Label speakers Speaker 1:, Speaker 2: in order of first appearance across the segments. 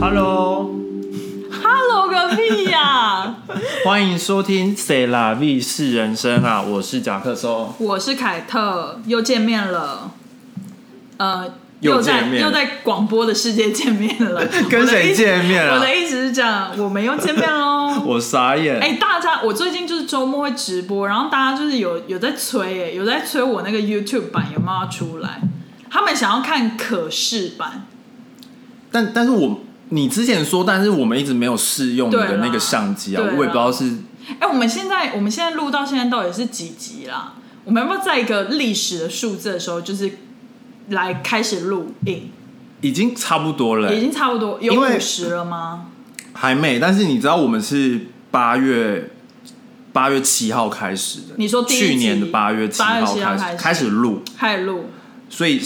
Speaker 1: Hello，
Speaker 2: Hello 个屁呀、
Speaker 1: 欢迎收听《谁啦 V 是人生》啊，我是甲克松。
Speaker 2: 我是凯特，又见面了。呃，
Speaker 1: 又
Speaker 2: 在
Speaker 1: 见面
Speaker 2: 又在广播的世界见面了。
Speaker 1: 跟
Speaker 2: 我的
Speaker 1: 谁
Speaker 2: 意思
Speaker 1: 见面啊。
Speaker 2: 我的意思是这样，我们又见面喽
Speaker 1: 我傻眼，
Speaker 2: 哎、大家，我最近就是周末会直播，然后大家就是有有在催、哎，有在催我那个 YouTube 版有没有要出来？他们想要看可视版，
Speaker 1: 但但是我你之前说，但是我们一直没有试用你
Speaker 2: 对
Speaker 1: 的
Speaker 2: 啦
Speaker 1: 那个相机啊，我
Speaker 2: 对啦
Speaker 1: 也不知道是
Speaker 2: 哎、我们现在我们现在录到现在到底是几集啦？我们要不要在一个历史的数字的时候，就是来开始录影？
Speaker 1: 已经差不多了、
Speaker 2: 已经差不多有
Speaker 1: 因为
Speaker 2: 五十了吗？
Speaker 1: 还没。但是你知道我们是八月八月七号开始的，
Speaker 2: 你说第一集
Speaker 1: 去年的八月七号
Speaker 2: 8月7号
Speaker 1: 开
Speaker 2: 开
Speaker 1: 始
Speaker 2: 始
Speaker 1: 开始录，
Speaker 2: 开始录，
Speaker 1: 所以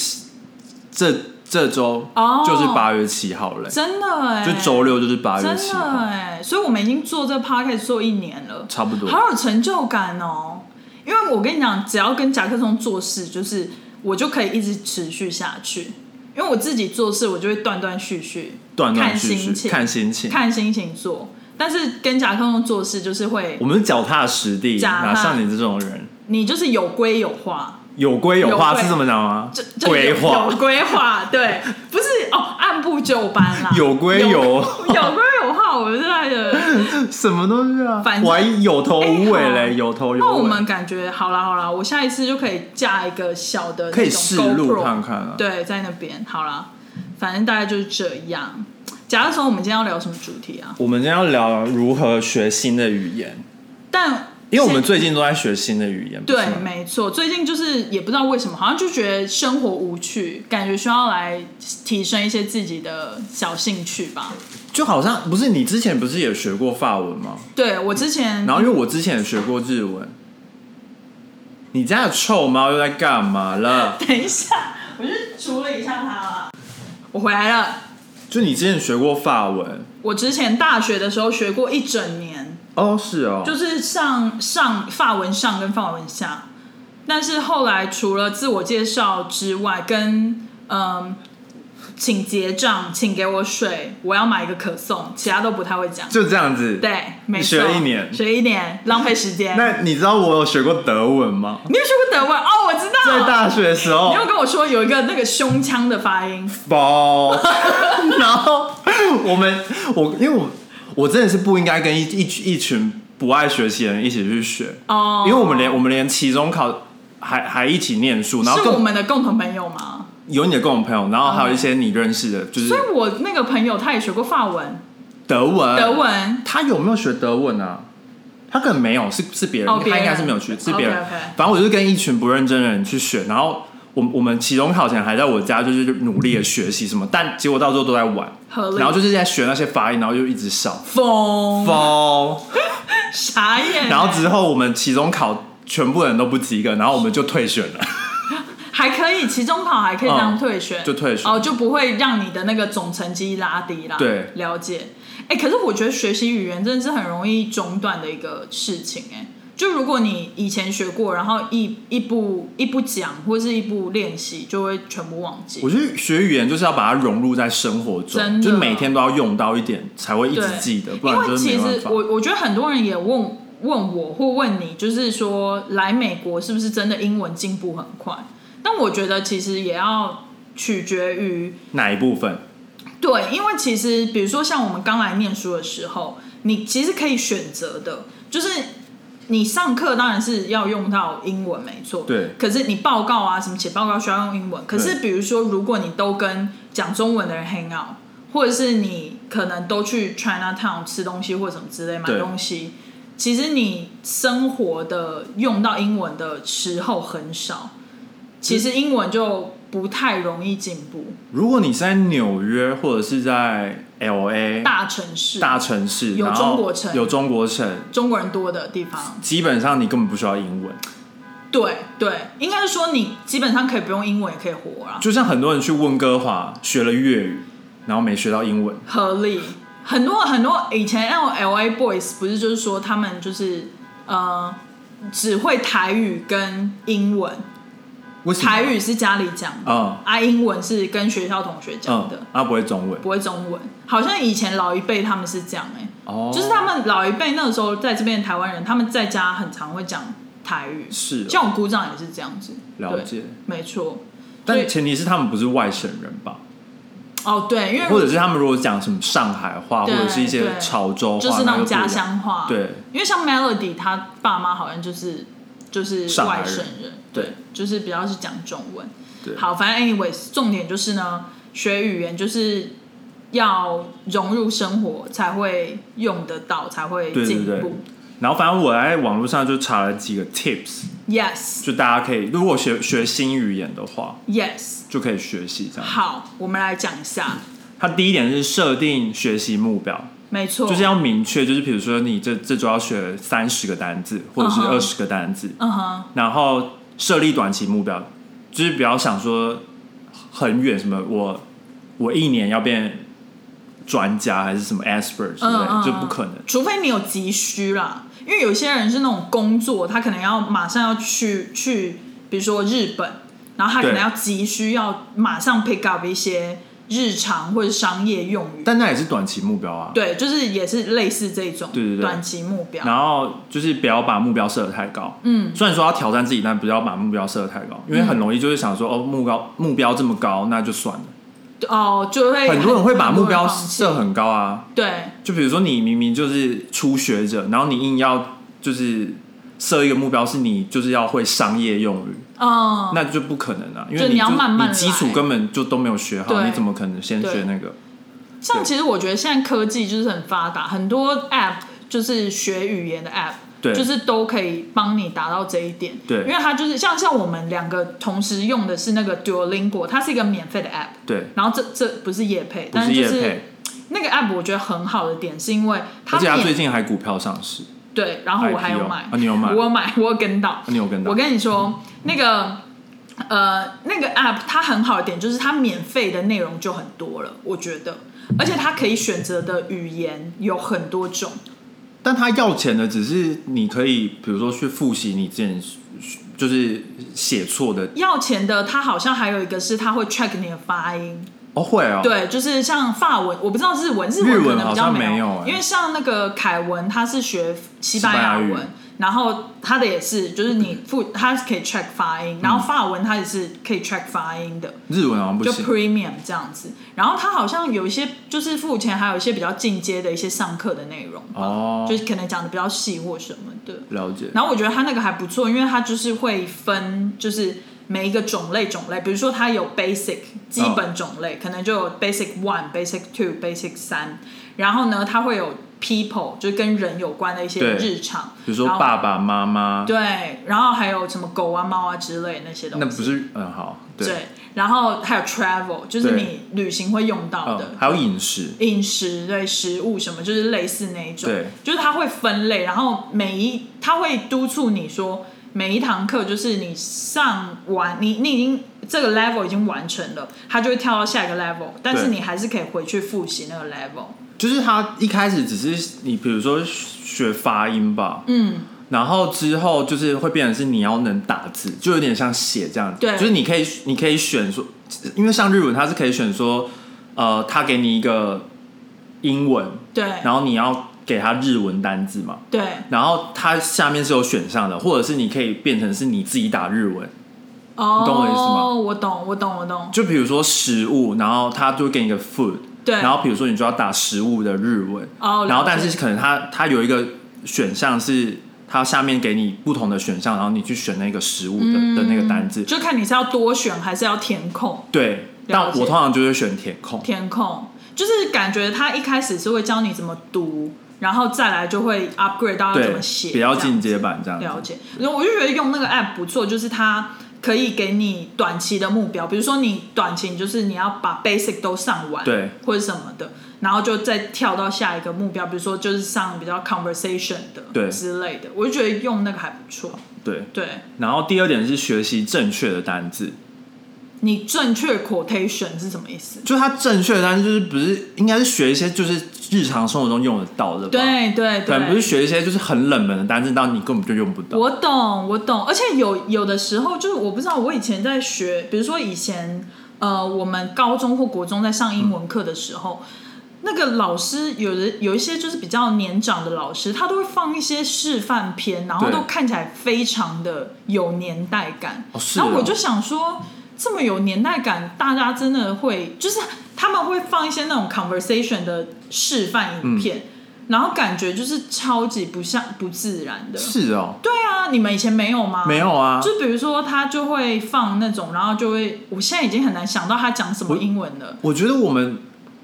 Speaker 1: 这这周
Speaker 2: 哦
Speaker 1: 就是八月七号了、
Speaker 2: 真的哎、
Speaker 1: 呃就周六就是八月
Speaker 2: 真
Speaker 1: 七
Speaker 2: 的
Speaker 1: 号，
Speaker 2: 哎、所以我们已经做这 podcast 做一年了，
Speaker 1: 差不多。
Speaker 2: 好有成就感哦。因为我跟你讲，只要跟甲克松做事，就是我就可以一直持续下去。因为我自己做事，我就会断断续续，
Speaker 1: 断断续
Speaker 2: 看心
Speaker 1: 续，
Speaker 2: 情
Speaker 1: 看心情。
Speaker 2: 看心情做。但是跟甲克松做事，就是会
Speaker 1: 我们是脚踏实地，
Speaker 2: 脚踏
Speaker 1: 哪像你这种人？
Speaker 2: 你就是有规有划，
Speaker 1: 有规有
Speaker 2: 有
Speaker 1: 划
Speaker 2: 规
Speaker 1: 是这么讲吗
Speaker 2: 就？就
Speaker 1: 规
Speaker 2: 有
Speaker 1: 划
Speaker 2: 有规划，对，不是哦，按部就班啦，
Speaker 1: 有规有
Speaker 2: 有规有划，我是爱的。
Speaker 1: 什么东西啊
Speaker 2: 反？正
Speaker 1: 我还有头无尾
Speaker 2: 哎
Speaker 1: 嘞，
Speaker 2: 好
Speaker 1: 有头有尾。
Speaker 2: 那我们感觉好啦好啦，我下一次就可以架一个小的那种
Speaker 1: 可以试录
Speaker 2: GoPro
Speaker 1: 看看啊
Speaker 2: 对，在那边好啦，反正大概就是这样。假如说我们今天要聊什么主题啊？
Speaker 1: 我们今天要聊如何学新的语言，
Speaker 2: 但
Speaker 1: 因为我们
Speaker 2: 先
Speaker 1: 最近都在学新的语言，不
Speaker 2: 对
Speaker 1: 是，吗
Speaker 2: 没错，最近就是也不知道为什么，好像就觉得生活无趣，感觉需要来提升一些自己的小兴趣吧。
Speaker 1: 就好像不是你之前不是也学过法文吗？
Speaker 2: 对我之前
Speaker 1: 然后因为我之前也学过日文。你家的臭猫又在干嘛了？
Speaker 2: 等一下，我去处理一下它啦。我回来了，
Speaker 1: 就你之前学过法文
Speaker 2: 我之前大学的时候学过一整年，
Speaker 1: 哦，是哦，
Speaker 2: 就是上上法文上跟法文下，但是后来除了自我介绍之外，跟嗯，请结账，请给我水，我要买一个可颂，其他都不太会讲。
Speaker 1: 就这样子。
Speaker 2: 对，没错，
Speaker 1: 学一年
Speaker 2: 学一年，浪费时间。
Speaker 1: 那你知道我有学过德文吗？
Speaker 2: 你有学过德文哦？我知道，
Speaker 1: 在大学的时候
Speaker 2: 你，有跟我说有一个那个胸腔的发音，
Speaker 1: 包， 然后我们我因为我我真的是不应该跟一一一群不爱学习的人一起去学
Speaker 2: 哦
Speaker 1: 因为我们连我们连期中考还还一起念书，然后
Speaker 2: 是我
Speaker 1: 共
Speaker 2: 们的共同朋友吗？
Speaker 1: 有你的共同朋友，然后还有一些你认识的，就是
Speaker 2: 所以我那个朋友他也学过法文、
Speaker 1: 德文，
Speaker 2: 德文，
Speaker 1: 他有没有学德文啊？他可能没有，是是别人，
Speaker 2: 哦别
Speaker 1: 他
Speaker 2: 人
Speaker 1: 应该是没有去，是别人。
Speaker 2: OK，OK
Speaker 1: 反正我就是跟一群不认真的人去选，然后我我们期中考前还在我家就是努力的学习什么，但结果到最后都在玩，
Speaker 2: 合理
Speaker 1: 然后就是在学那些发音，然后就一直笑。
Speaker 2: 疯
Speaker 1: 疯。
Speaker 2: 傻眼欸，
Speaker 1: 然后之后我们期中考全部人都不及格，然后我们就退选了。
Speaker 2: 还可以，期中考还可以这样退选，
Speaker 1: 嗯就退选
Speaker 2: 哦，就不会让你的那个总成绩拉低啦。
Speaker 1: 对
Speaker 2: 了解。哎、可是我觉得学习语言真的是很容易中断的一个事情、哎，就如果你以前学过，然后一一不一不讲或是一不练习，就会全部忘记
Speaker 1: 我。觉得学语言就是要把它融入在生活中，
Speaker 2: 真的
Speaker 1: 就是每天都要用到一点，才会一直
Speaker 2: 对
Speaker 1: 记得，不
Speaker 2: 因
Speaker 1: 然
Speaker 2: 为
Speaker 1: 就是
Speaker 2: 其
Speaker 1: 没
Speaker 2: 实
Speaker 1: 办法。
Speaker 2: 我我觉得很多人也问问我或问你，就是说来美国是不是真的英文进步很快？但我觉得其实也要取决于
Speaker 1: 哪一部分？
Speaker 2: 对，因为其实比如说像我们刚来念书的时候，你其实可以选择的，就是你上课当然是要用到英文，没错。
Speaker 1: 对
Speaker 2: 可是你报告啊，什么写报告需要用英文。可是比如说，如果你都跟讲中文的人 hang out，或者是你可能都去 China Town 吃东西或什么之类买
Speaker 1: 对
Speaker 2: 东西，其实你生活的用到英文的时候很少，其实英文就不太容易进步。
Speaker 1: 如果你是在纽约或者是在 L A
Speaker 2: 大城市，
Speaker 1: 大城市，
Speaker 2: 有
Speaker 1: 然后
Speaker 2: 中国城
Speaker 1: 有中国城，
Speaker 2: 中国人多的地方，
Speaker 1: 基本上你根本不需要英文。
Speaker 2: 对对，应该是说你基本上可以不用英文也可以活啊，
Speaker 1: 就像很多人去温哥华学了粤语，然后没学到英文，
Speaker 2: 合理。很多很多以前那种 L A boys 不是就是说他们就是呃只会台语跟英文，
Speaker 1: 为什么
Speaker 2: 台语是家里讲的，
Speaker 1: 嗯
Speaker 2: 啊，英文是跟学校同学
Speaker 1: 嗯
Speaker 2: 讲的，，
Speaker 1: 他不会中文
Speaker 2: 不会中文。好像以前老一辈他们是这样哎、
Speaker 1: 哦，
Speaker 2: 就是他们老一辈那个时候在这边的台湾人，他们在家很常会讲台语，
Speaker 1: 是哦
Speaker 2: 像我姑丈也是这样子，
Speaker 1: 了
Speaker 2: 对
Speaker 1: 解，
Speaker 2: 没错。所
Speaker 1: 但
Speaker 2: 以
Speaker 1: 前提是他们不是外省人吧？
Speaker 2: 哦，对，因为
Speaker 1: 或者是他们如果讲什么上海话，或
Speaker 2: 对
Speaker 1: 者是一些
Speaker 2: 对
Speaker 1: 潮州话，
Speaker 2: 就是那
Speaker 1: 就
Speaker 2: 种
Speaker 1: 不一样
Speaker 2: 家乡话，
Speaker 1: 对，
Speaker 2: 因为像 Melody 她爸妈好像就是就是
Speaker 1: 上海
Speaker 2: 外
Speaker 1: 人
Speaker 2: 省人，
Speaker 1: 对，
Speaker 2: 就是比较是讲中文。
Speaker 1: 对
Speaker 2: 好，反正 anyways，重点就是呢，学语言就是要融入生活才会用得到，才会
Speaker 1: 对对
Speaker 2: 进
Speaker 1: 对
Speaker 2: 步。
Speaker 1: 然后反正我在网络上就查了几个 tips，
Speaker 2: Yes，Yes
Speaker 1: 就大家可以如果学学新语言的话，就可以学习这样。
Speaker 2: 好，我们来讲一下，
Speaker 1: 它第一点是设定学习目标，
Speaker 2: 没错，
Speaker 1: 就是要明确，就是比如说你这这周要学三十个单字，或者是
Speaker 2: 嗯哼
Speaker 1: 二十个单字，
Speaker 2: 嗯哼，
Speaker 1: 然后设立短期目标，就是不要想说很远，什么我我一年要变专家还是什么 expert 之类
Speaker 2: 嗯
Speaker 1: 的，
Speaker 2: 嗯，
Speaker 1: 就不可能。
Speaker 2: 除非你有急需啦，因为有些人是那种工作，他可能要马上要去去，比如说日本，然后他可能
Speaker 1: 对
Speaker 2: 要急需要马上 pick up 一些日常或者商业用语，
Speaker 1: 但那也是短期目标啊。
Speaker 2: 对，就是也是类似这种
Speaker 1: 对对对
Speaker 2: 短期目标，
Speaker 1: 然后就是不要把目标设得太高，
Speaker 2: 嗯，
Speaker 1: 虽然说要挑战自己，但不要把目标设得太高，因为很容易就是想说哦，目标目标这么高，那就算了。
Speaker 2: 哦，就会
Speaker 1: 很多人会把目标
Speaker 2: 很多人放弃
Speaker 1: 设很高啊，
Speaker 2: 对，
Speaker 1: 就比如说你明明就是初学者，然后你硬要就是设一个目标，是你就是要会商业用语，
Speaker 2: 嗯，
Speaker 1: 那就不可能啊，因为
Speaker 2: 就
Speaker 1: 你
Speaker 2: 你要慢慢
Speaker 1: 你基础
Speaker 2: 来
Speaker 1: 根本就都没有学好，
Speaker 2: 对
Speaker 1: 你怎么可能先
Speaker 2: 对
Speaker 1: 学那个？
Speaker 2: 像其实我觉得现在科技就是很发达，很多 app 就是学语言的 app，
Speaker 1: 对
Speaker 2: 就是都可以帮你达到这一点。
Speaker 1: 对
Speaker 2: 因为它就是像像我们两个同时用的是那个 Duolingo，它是一个免费的 app，
Speaker 1: 对，
Speaker 2: 然后这这不是业配，
Speaker 1: 不
Speaker 2: 但
Speaker 1: 是
Speaker 2: 是就
Speaker 1: 业
Speaker 2: 是
Speaker 1: 配，
Speaker 2: 那个 app 我觉得很好的点是因为它
Speaker 1: 而且他
Speaker 2: 免
Speaker 1: 最近还股票上市，
Speaker 2: 对，然后我还有
Speaker 1: IPO
Speaker 2: 买
Speaker 1: 啊，你有买
Speaker 2: 我有买， 我有跟到，
Speaker 1: 你有跟到嗯
Speaker 2: 我跟你说，那个呃，那个 app 它很好的点就是它免费的内容就很多了，我觉得，而且它可以选择的语言有很多种。
Speaker 1: 但他要钱的只是你可以，比如说去复习你之前就是写错的
Speaker 2: 要钱的，它好像还有一个是它会 check 你的发音，
Speaker 1: 哦，会哦，，
Speaker 2: 对，就是像法文，我不知道日文，日
Speaker 1: 日
Speaker 2: 文
Speaker 1: 文
Speaker 2: 可能比较
Speaker 1: 好像没
Speaker 2: 有，
Speaker 1: 有欸
Speaker 2: 因为像那个凯文他是学西
Speaker 1: 西
Speaker 2: 班牙
Speaker 1: 班牙
Speaker 2: 文，
Speaker 1: 语嗯
Speaker 2: 然后他的也是，就是你复他可以 check 发音，然后法文他也是可以 check 发音的，
Speaker 1: 日文好嗯像不
Speaker 2: 就
Speaker 1: 行，
Speaker 2: premium 这样子。然后他好像有一些就是付钱，还有一些比较进阶的一些上课的内容吧，
Speaker 1: 哦
Speaker 2: 就是可能讲的比较细或什么的。
Speaker 1: 了解，
Speaker 2: 然后我觉得他那个还不错，因为他就是会分，就是每一个种类种类，比如说它有 basic 基本种
Speaker 1: 哦
Speaker 2: 类，可能就有 basic one、basic two、basic 三，然后呢，它会有 people，就是跟人有关的一些
Speaker 1: 对
Speaker 2: 日常，
Speaker 1: 比如说
Speaker 2: 然后
Speaker 1: 爸爸妈妈，
Speaker 2: 对，然后还有什么狗啊、猫啊之类的那些东
Speaker 1: 那
Speaker 2: 西，
Speaker 1: 不是嗯好，
Speaker 2: 对，然后还有 travel，就是
Speaker 1: 对
Speaker 2: 你旅行会用到的
Speaker 1: 嗯，。还有饮食，
Speaker 2: 饮食对食物什么，就是类似那一种，
Speaker 1: 对，
Speaker 2: 就是它会分类，然后每一它会督促你说每一堂课就是你上完，你你已经这个 level 已经完成了，它就会跳到下一个 level，但是
Speaker 1: 对
Speaker 2: 你还是可以回去复习那个 level，
Speaker 1: 就是他一开始只是你比如说学发音吧，
Speaker 2: 嗯，
Speaker 1: 然后之后就是会变成是你要能打字，就有点像写这样，
Speaker 2: 对
Speaker 1: 就是你可以你可以选说，因为像日文它是可以选说，呃，他给你一个英文，
Speaker 2: 对
Speaker 1: 然后你要给他日文单字嘛，
Speaker 2: 对，
Speaker 1: 然后它下面是有选项的，或者是你可以变成是你自己打日文，
Speaker 2: 哦，
Speaker 1: 懂我意思吗
Speaker 2: 我懂，我懂，我懂，
Speaker 1: 就比如说食物，然后它就会给你一个 food，
Speaker 2: 对，
Speaker 1: 然后比如说你就要打食物的日文，
Speaker 2: 哦，
Speaker 1: 然后
Speaker 2: 了
Speaker 1: 但
Speaker 2: 解
Speaker 1: 是可能它它有一个选项是它下面给你不同的选项，然后你去选那个食物的、的那个单字。
Speaker 2: 嗯就看你是要多选还是要填空。
Speaker 1: 对，
Speaker 2: 解
Speaker 1: 但我通常就会选填空。
Speaker 2: 填空，就是感觉他一开始是会教你怎么读，然后再来就会 upgrade 到要
Speaker 1: 对
Speaker 2: 怎么，写，
Speaker 1: 比较
Speaker 2: 这样
Speaker 1: 进阶版这样子。
Speaker 2: 了解。然后我就觉得用那个 app 不错，就是它可以给你短期的目标，比如说你短期就是你要把 basic 都上完，
Speaker 1: 对，
Speaker 2: 或者什么的，然后就再跳到下一个目标，比如说就是上比较 conversation 的，
Speaker 1: 对
Speaker 2: 之类的。我就觉得用那个还不错，
Speaker 1: 对，
Speaker 2: 对，
Speaker 1: 然后第二点是学习正确的单字，
Speaker 2: 你正确 quotation 是什么意思？
Speaker 1: 就是它正确的，但是就是不是应该是学一些就是日常生活中用得到的吧？
Speaker 2: 对对
Speaker 1: 对，不是学一些就是很冷门的单词，但你根本就用不到。
Speaker 2: 我懂，我懂，而且有有的时候就是我不知道，我以前在学，比如说以前呃，我们高中或国中在上英文课的时候，那个老师有的有一些就是比较年长的老师，他都会放一些示范片，然后
Speaker 1: 对
Speaker 2: 都看起来非常的有年代感，
Speaker 1: 哦是
Speaker 2: 然后
Speaker 1: 哦
Speaker 2: 我就想说。这么有年代感，大家真的会就是他们会放一些那种 conversation 的示范影片，
Speaker 1: 嗯
Speaker 2: 然后感觉就是超级不像不自然的。
Speaker 1: 是哦，
Speaker 2: 对啊，你们以前没有吗？
Speaker 1: 没、有啊，
Speaker 2: 就比如说，他就会放那种，然后就会，我现在已经很难想到他讲什么英文了。
Speaker 1: 我觉得我们，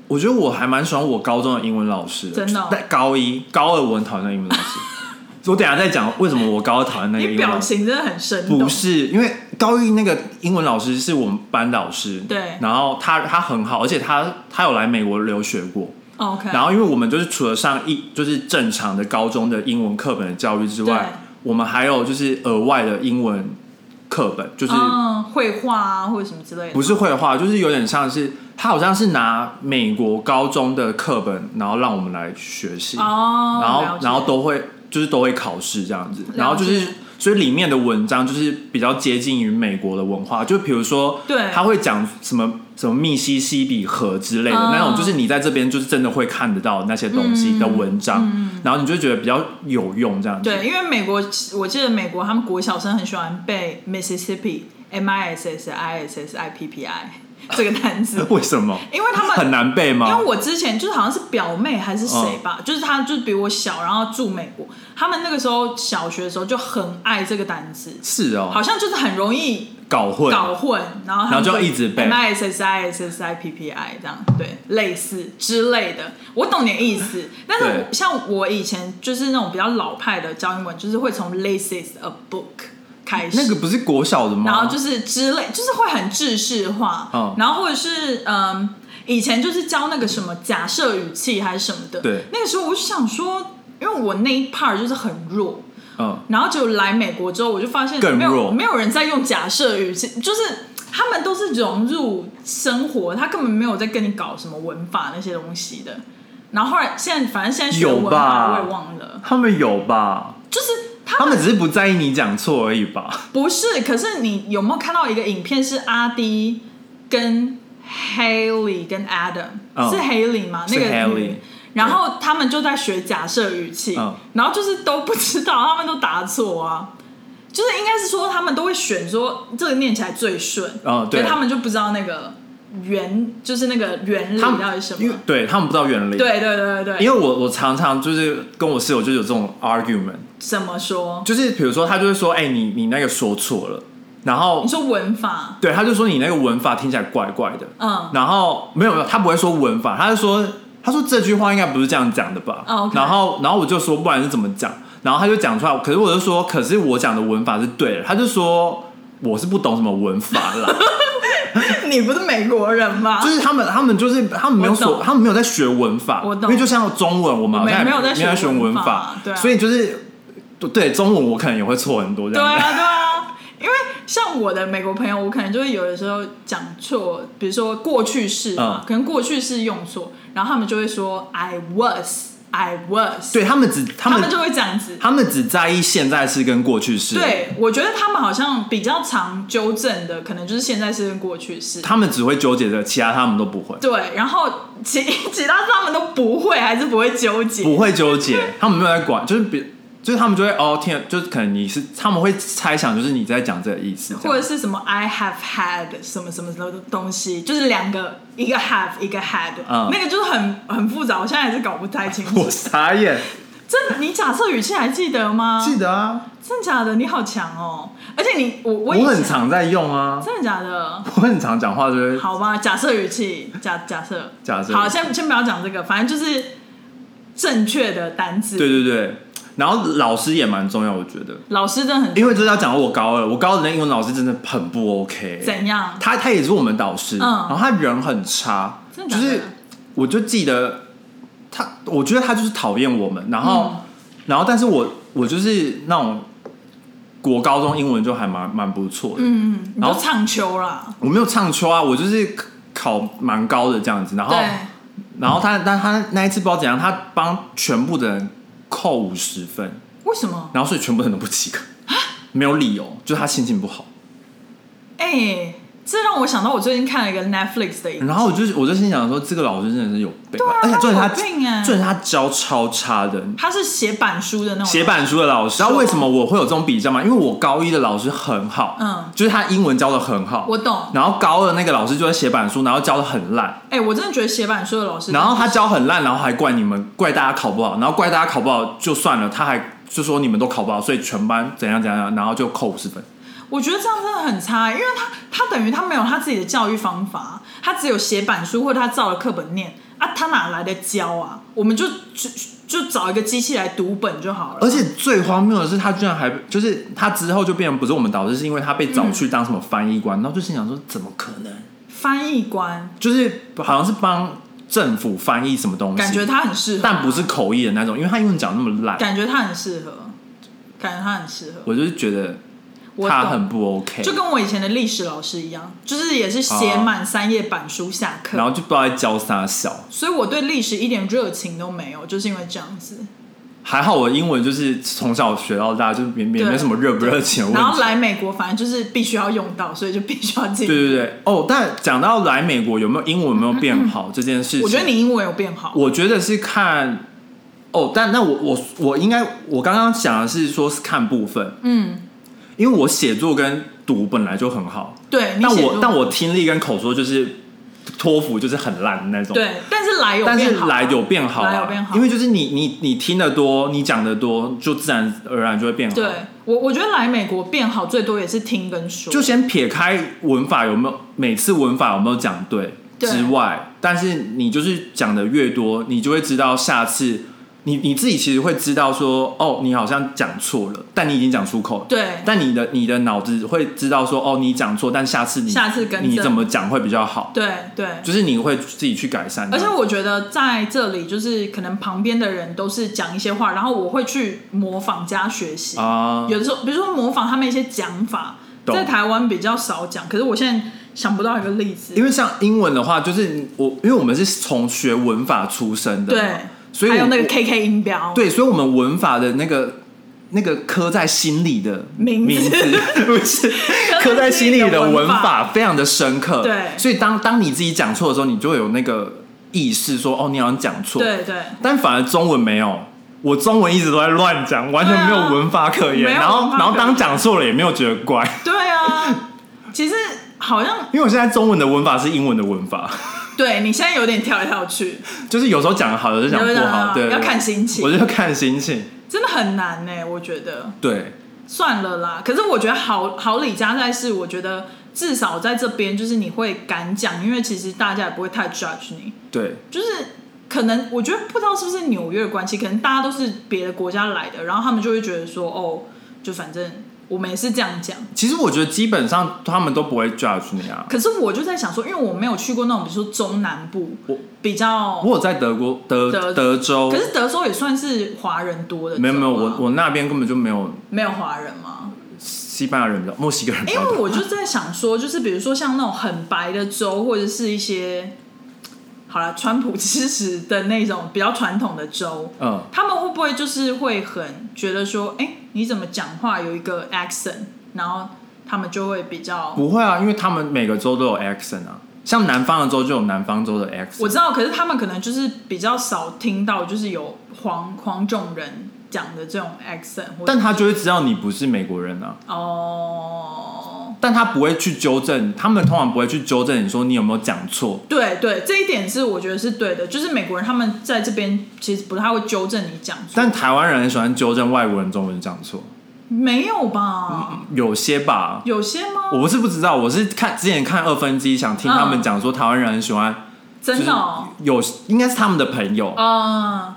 Speaker 1: 我觉得我还蛮喜欢我高中的英文老师的，
Speaker 2: 真的哦
Speaker 1: 在高一、高二我很讨厌那个英文老师，我等一下再讲为什么我高二讨厌那个
Speaker 2: 你
Speaker 1: 英文
Speaker 2: 表
Speaker 1: 老师。
Speaker 2: 情真的很生动
Speaker 1: 不，是，因为高一那个英文老师是我们班导师，
Speaker 2: 对
Speaker 1: 然后他他很好，而且他他有来美国留学过，
Speaker 2: 哦 OK，
Speaker 1: 然后因为我们就是除了上一就是正常的高中的英文课本的教育之
Speaker 2: 对
Speaker 1: 外，我们还有就是额外的英文课本，就是
Speaker 2: 嗯，绘画啊或者什么之类的，
Speaker 1: 不是绘画，就是有点像是他好像是拿美国高中的课本，然后让我们来学习，
Speaker 2: 哦，
Speaker 1: 然
Speaker 2: 了
Speaker 1: 后
Speaker 2: 解
Speaker 1: 然后都会就是都会考试这样子，
Speaker 2: 解
Speaker 1: 然后就是所以里面的文章就是比较接近于美国的文化，就比如说
Speaker 2: 对
Speaker 1: 他会讲什么什么密西西比河之类的、
Speaker 2: 嗯
Speaker 1: 那种，就是你在这边就是真的会看得到那些东西的文章，然后你就觉得比较有用这样子，
Speaker 2: 嗯对，因为美国，我记得美国他们国小生很喜欢背 Mississippi M I S S I S S I P P I 这个单 词，
Speaker 1: 为什么？
Speaker 2: 因为他们
Speaker 1: 很难背
Speaker 2: 因
Speaker 1: 吗
Speaker 2: 为？我之前就是好像是表妹还是
Speaker 1: 嗯
Speaker 2: 谁吧，就是她就是比我小，然后住美国。他们那个时候小学的时候就很爱这个单词，
Speaker 1: 是哦
Speaker 2: 好，像就是很容易
Speaker 1: 搞混，
Speaker 2: 搞混，然后他
Speaker 1: 然后
Speaker 2: 们
Speaker 1: 就一直背
Speaker 2: M I S S I S S I P P I 这样，对，类似之类的。我懂你的意思， 但是
Speaker 1: 对
Speaker 2: 我像我以前就是那种比较老派的教英文，就是会从 This is a book 开始，
Speaker 1: 那个不是国小的吗？
Speaker 2: 然后就是之类，就是会很制式化，
Speaker 1: 嗯
Speaker 2: 然后或者是嗯，以前就是教那个什么假设语气还是什么的，
Speaker 1: 对
Speaker 2: 那个时候我就想说，因为我那一 part 就是很弱，
Speaker 1: 嗯。
Speaker 2: 然后就来美国之后，我就发现
Speaker 1: 更
Speaker 2: 没有
Speaker 1: 弱
Speaker 2: 没有人在用假设语气，就是他们都是融入生活，他根本没有在跟你搞什么文法那些东西的。然后后来现在反正现在学
Speaker 1: 有吧
Speaker 2: 文法我也忘了，
Speaker 1: 他们有吧？
Speaker 2: 就是他
Speaker 1: 他
Speaker 2: 们
Speaker 1: 们只是不在意你讲错而已吧？
Speaker 2: 不是，可是你有没有看到一个影片是阿迪跟 Haley 跟 Adam、
Speaker 1: 嗯
Speaker 2: 是 Haley 吗？那
Speaker 1: 是
Speaker 2: 个
Speaker 1: Haley
Speaker 2: 女然后他们就在学假设语气，
Speaker 1: 嗯
Speaker 2: 然后就是都不知道，他们都答错啊。就是应该是说他们都会选说这个念起来最顺，
Speaker 1: 哦对
Speaker 2: 所以他们就不知道那个原就是那个原理
Speaker 1: 他们
Speaker 2: 到底是什
Speaker 1: 因为
Speaker 2: 么。
Speaker 1: 对他们不知道原理。，
Speaker 2: 对对对对对，
Speaker 1: 因为
Speaker 2: 为
Speaker 1: 我我常常就是跟我室友就有这种 argument，
Speaker 2: 怎么说？
Speaker 1: 就是比如说他就会说，哎、你你那个说错了，然后
Speaker 2: 你说文法，
Speaker 1: 对他就说你那个文法听起来怪怪的，
Speaker 2: 嗯，
Speaker 1: 然后没有没有，他不会说文法，他就说他说这句话应该不是这样讲的吧？
Speaker 2: 哦，OK
Speaker 1: 然后然后我就说不然是怎么讲，然后他就讲出来，可是我就说可是我讲的文法是对的，他就说我是不懂什么文法啦。
Speaker 2: 你不是美国人吗？
Speaker 1: 就是他们，他们就是他们没有
Speaker 2: 啊我
Speaker 1: 所，
Speaker 2: 懂
Speaker 1: 他们没有在学文法，
Speaker 2: 我懂
Speaker 1: 因为就像中文，我们好像
Speaker 2: 我
Speaker 1: 也
Speaker 2: 们没有在
Speaker 1: 在
Speaker 2: 学
Speaker 1: 学文
Speaker 2: 文法对啊
Speaker 1: 所以就是对中文我可能也会错很多这
Speaker 2: 对
Speaker 1: 样子。
Speaker 2: 啊，对啊，因为像我的美国朋友，我可能就会有的时候讲错，比如说过去式嘛，
Speaker 1: 嗯
Speaker 2: 可能过去式用错，然后他们就会说 I was, I was，
Speaker 1: 对他们只他
Speaker 2: 他
Speaker 1: 们
Speaker 2: 们就会这样子。
Speaker 1: 他们只在意现在式跟过去式，，
Speaker 2: 对，我觉得他们好像比较常纠正的，可能就是现在式跟过去式。
Speaker 1: 他们只会纠结这个，其他他们都不会，
Speaker 2: 对，然后其 其他他们都不会，还是不会纠结。
Speaker 1: 不会纠结，他们没有在管，就是比就是他们就会哦天，就是可能你是他们会猜想就是你在讲这个意思，这
Speaker 2: 或
Speaker 1: 样
Speaker 2: 者是什么 I have had 什么什么什么东西，就是两个，一个 have 一个 had，、
Speaker 1: 嗯
Speaker 2: 那个就是很很复杂，我现在还是搞不太清 楚
Speaker 1: 我。傻眼，
Speaker 2: 真的，你假设语气还记得吗？
Speaker 1: 记得啊，
Speaker 2: 真的假的？你好强哦！而且你，我我
Speaker 1: 我
Speaker 2: 以前
Speaker 1: 很常在用啊，
Speaker 2: 真的假的？
Speaker 1: 我很常讲话就会
Speaker 2: 好吧，假设语气，假假设，
Speaker 1: 假设
Speaker 2: 好，先先不要讲这个，反正就是正确的单字。
Speaker 1: 对，对对，然后老师也蛮重要，我觉得，
Speaker 2: 老师真的很
Speaker 1: 因为这是要讲到我高二，我高二的那英文老师真的很不 OK。
Speaker 2: 怎样？
Speaker 1: 他他也是我们导师，
Speaker 2: 嗯
Speaker 1: 然后他人很差，
Speaker 2: 真的
Speaker 1: 就
Speaker 2: 假的
Speaker 1: 是我就记得他，我觉得他就是讨厌我们，然后、
Speaker 2: 嗯
Speaker 1: 然后但是我我就是那种。国高中英文就还蛮蛮不错的，
Speaker 2: 嗯，你
Speaker 1: 然
Speaker 2: 就
Speaker 1: 后
Speaker 2: 唱秋啦，
Speaker 1: 我没有唱秋啊，我就是考蛮高的这样子，然后
Speaker 2: 对，
Speaker 1: 然后他但他那一次不知道怎样，他帮全部的人扣五十分，
Speaker 2: 为什么？
Speaker 1: 然后所以全部人都不及格，没有理由，就是他心情不好。
Speaker 2: 哎、这让我想到我最近看了一个 Netflix 的影集，
Speaker 1: 然后我就我就心想说，这个老师真的是有病，
Speaker 2: 啊哦
Speaker 1: 而且重点他
Speaker 2: 他有病欸
Speaker 1: 重点他教超差的，
Speaker 2: 他是写板书的那种，
Speaker 1: 写板书的老师。然后为什么我会有这种比较嘛？因为我高一的老师很好，
Speaker 2: 嗯
Speaker 1: 就是他英文教的很好，
Speaker 2: 我懂
Speaker 1: 然后高二那个老师就在写板书，然后教的很烂，
Speaker 2: 哎、我真的觉得写板书的老师，
Speaker 1: 然后他教很烂，然后还怪你们，怪大家考不好，然后怪大家考不好就算了，他还就说你们都考不好，所以全班怎样怎样，然后就扣五十分。
Speaker 2: 我觉得这样真的很差，因为他他等于他没有他自己的教育方法，他只有写板书或者他照着课本念啊，他哪来的教啊？我们就就就找一个机器来读本就好了。
Speaker 1: 而且最荒谬的是，他居然还就是他之后就变成不是我们导师，是因为他被找去当什么翻译官，然后就心想说怎么可能？
Speaker 2: 翻译官
Speaker 1: 就是好像是帮政府翻译什么东西，
Speaker 2: 感觉他很适合，
Speaker 1: 但不是口译的那种，因为他英文讲那么烂，
Speaker 2: 感觉他很适合，感觉他很适合。
Speaker 1: 我就是觉得
Speaker 2: 我
Speaker 1: 他
Speaker 2: 懂
Speaker 1: 很不 OK，
Speaker 2: 就跟我以前的历史老师一样，就是也是写满三页板书下课，
Speaker 1: 然后就不知道在教啥小。
Speaker 2: 所以我对历史一点热情都没有，就是因为这样子。
Speaker 1: 还好我英文就是从小学到大，就没没
Speaker 2: 对
Speaker 1: 没什么热不热情的
Speaker 2: 然
Speaker 1: 问
Speaker 2: 后
Speaker 1: 题。
Speaker 2: 来美国，反正就是必须要用到，所以就必须要进。
Speaker 1: 对对对，哦，但讲到来美国有没有英文有没有变好这件事情，
Speaker 2: 嗯
Speaker 1: 啊
Speaker 2: 我觉得你英文有变好，
Speaker 1: 我觉得是看哦，但那我我我应该我刚刚讲的是说是看部分，
Speaker 2: 嗯，
Speaker 1: 因为我写作跟读本来就很好，
Speaker 2: 对。你
Speaker 1: 但
Speaker 2: 写
Speaker 1: 我
Speaker 2: 作
Speaker 1: 但我听力跟口说就是托福就是很烂的那种，，
Speaker 2: 对，但是来有
Speaker 1: 但是
Speaker 2: 变好啊
Speaker 1: 来有变好、啊，
Speaker 2: 来有变好
Speaker 1: 因为就是你你你听得多，你讲得多，就自然而然就会变好。
Speaker 2: 对我我觉得来美国变好最多也是听跟说，
Speaker 1: 就先撇开文法有没有每次文法有没有讲对
Speaker 2: 对
Speaker 1: 之外，但是你就是讲的越多，你就会知道下次你你自己其实会知道说哦，你好像讲错了，但你已经讲出口了。
Speaker 2: 对
Speaker 1: 但你的你的脑子会知道说哦，你讲错，但下次你
Speaker 2: 下次更正
Speaker 1: 你怎么讲会比较好，
Speaker 2: 对对。
Speaker 1: 就是你会自己去改善。
Speaker 2: 而且我觉得在这里，就是可能旁边的人都是讲一些话，然后我会去模仿加学习。
Speaker 1: 啊，
Speaker 2: 有的时候，比如说模仿他们一些讲法，
Speaker 1: 懂
Speaker 2: 在台湾比较少讲，可是我现在想不到一个例子。
Speaker 1: 因为像英文的话，就是我因为我们是从学文法出身的嘛，
Speaker 2: 对，
Speaker 1: 所以
Speaker 2: 还
Speaker 1: 我
Speaker 2: 有那个 KK 音标，，
Speaker 1: 对，所以，我们文法的那个那个刻在心里的
Speaker 2: 名字
Speaker 1: 字， 不是 刻
Speaker 2: 刻
Speaker 1: 在
Speaker 2: 在
Speaker 1: 心
Speaker 2: 心
Speaker 1: 里
Speaker 2: 里
Speaker 1: 的
Speaker 2: 的
Speaker 1: 文
Speaker 2: 文
Speaker 1: 法
Speaker 2: 法
Speaker 1: 非常的深刻。
Speaker 2: 对
Speaker 1: 所以当当你自己讲错的时候，你就会有那个意识说，哦，你好像讲错。
Speaker 2: 对对，
Speaker 1: 但反而中文没有，我中文一直都在乱讲，完全没有文法可言。
Speaker 2: 啊没有
Speaker 1: 然后
Speaker 2: 文，法
Speaker 1: 然后
Speaker 2: 可
Speaker 1: 当
Speaker 2: 言
Speaker 1: 讲错了也没有觉得怪，
Speaker 2: 对啊。其实好像
Speaker 1: 因为我现在中文的文法是英文的文法，
Speaker 2: 对你现在有点跳来跳去，
Speaker 1: 就是有时候讲得好，有时候讲
Speaker 2: 有
Speaker 1: 不
Speaker 2: 有
Speaker 1: 好，
Speaker 2: 有
Speaker 1: 对，
Speaker 2: 要
Speaker 1: 对
Speaker 2: 看心情
Speaker 1: 我就看心情。
Speaker 2: 真的很难呢、我觉得
Speaker 1: 对，
Speaker 2: 算了啦。可是我觉得好好李家在是，我觉得至少在这边就是你会敢讲，因为其实大家也不会太 judge 你，
Speaker 1: 对，
Speaker 2: 就是可能我觉得不知道是不是纽约的关系，可能大家都是别的国家来的，然后他们就会觉得说哦，就反正我们也是这样讲。
Speaker 1: 其实我觉得基本上他们都不会 judge 你啊。
Speaker 2: 可是我就在想说，因为我没有去过那种比如说中南部
Speaker 1: 我
Speaker 2: 比较，
Speaker 1: 我有在德国德
Speaker 2: 德
Speaker 1: 德州
Speaker 2: 可，是德州也算是华人多的州啊，
Speaker 1: 没有没有，我我那边根本就没有
Speaker 2: 没有华人吗？
Speaker 1: 西班牙人比较，墨西哥人比
Speaker 2: 因
Speaker 1: 较
Speaker 2: 为
Speaker 1: 多。
Speaker 2: 我就在想说，就是比如说像那种很白的州，或者是一些好了，川普支持的那种比较传统的州，
Speaker 1: 嗯，
Speaker 2: 他们会不会就是会很觉得说，哎、你怎么讲话有一个 accent，然后他们就会比较
Speaker 1: 不会啊，因为他们每个州都有 accent 啊，像南方的州就有南方州的 accent。
Speaker 2: 我知道，可是他们可能就是比较少听到，就是有黄黄种人讲的这种 accent，或者
Speaker 1: 但他就会知道你不是美国人啊，
Speaker 2: 哦，
Speaker 1: 但他不会去纠正，他们通常不会去纠正你说你有没有讲错。
Speaker 2: 对对，这一点是我觉得是对的，就是美国人他们在这边其实不太会纠正你讲错，
Speaker 1: 但台湾人很喜欢纠正外国人中文讲错，
Speaker 2: 没有吧？
Speaker 1: 有些吧，
Speaker 2: 有些吗？
Speaker 1: 我是不知道，我是看之前看二分之一，想听他
Speaker 2: 嗯
Speaker 1: 们讲说台湾人很喜欢，
Speaker 2: 真的哦，
Speaker 1: 有应该是他们的朋友，
Speaker 2: 啊，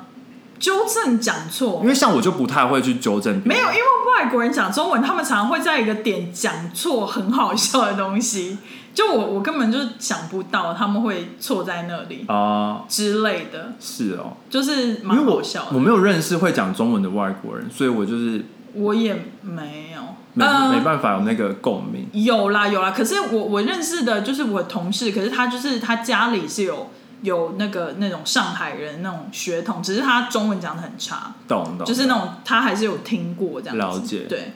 Speaker 2: 纠正讲错
Speaker 1: 因。为像我就不太会去纠正别人，
Speaker 2: 没有，因为外国人讲中文，他们常常会在一个点讲错很好笑的东西，就我我根本就想不到他们会错在那里
Speaker 1: 啊、
Speaker 2: 之类的。
Speaker 1: 是哦，
Speaker 2: 就是
Speaker 1: 因为
Speaker 2: 蛮
Speaker 1: 我
Speaker 2: 好笑
Speaker 1: 我
Speaker 2: 的。
Speaker 1: 没有认识会讲中文的外国人，所以我就是
Speaker 2: 我也没有，
Speaker 1: 没、
Speaker 2: 嗯
Speaker 1: 没办法有那个共鸣。
Speaker 2: 有啦有啦，可是我我认识的就是我同事，可是他就是他家里是有有那个那种上海人那种血统，只是他中文讲的很差，
Speaker 1: 懂懂，
Speaker 2: 就是那种他还是有听过这样子
Speaker 1: 了解
Speaker 2: 对，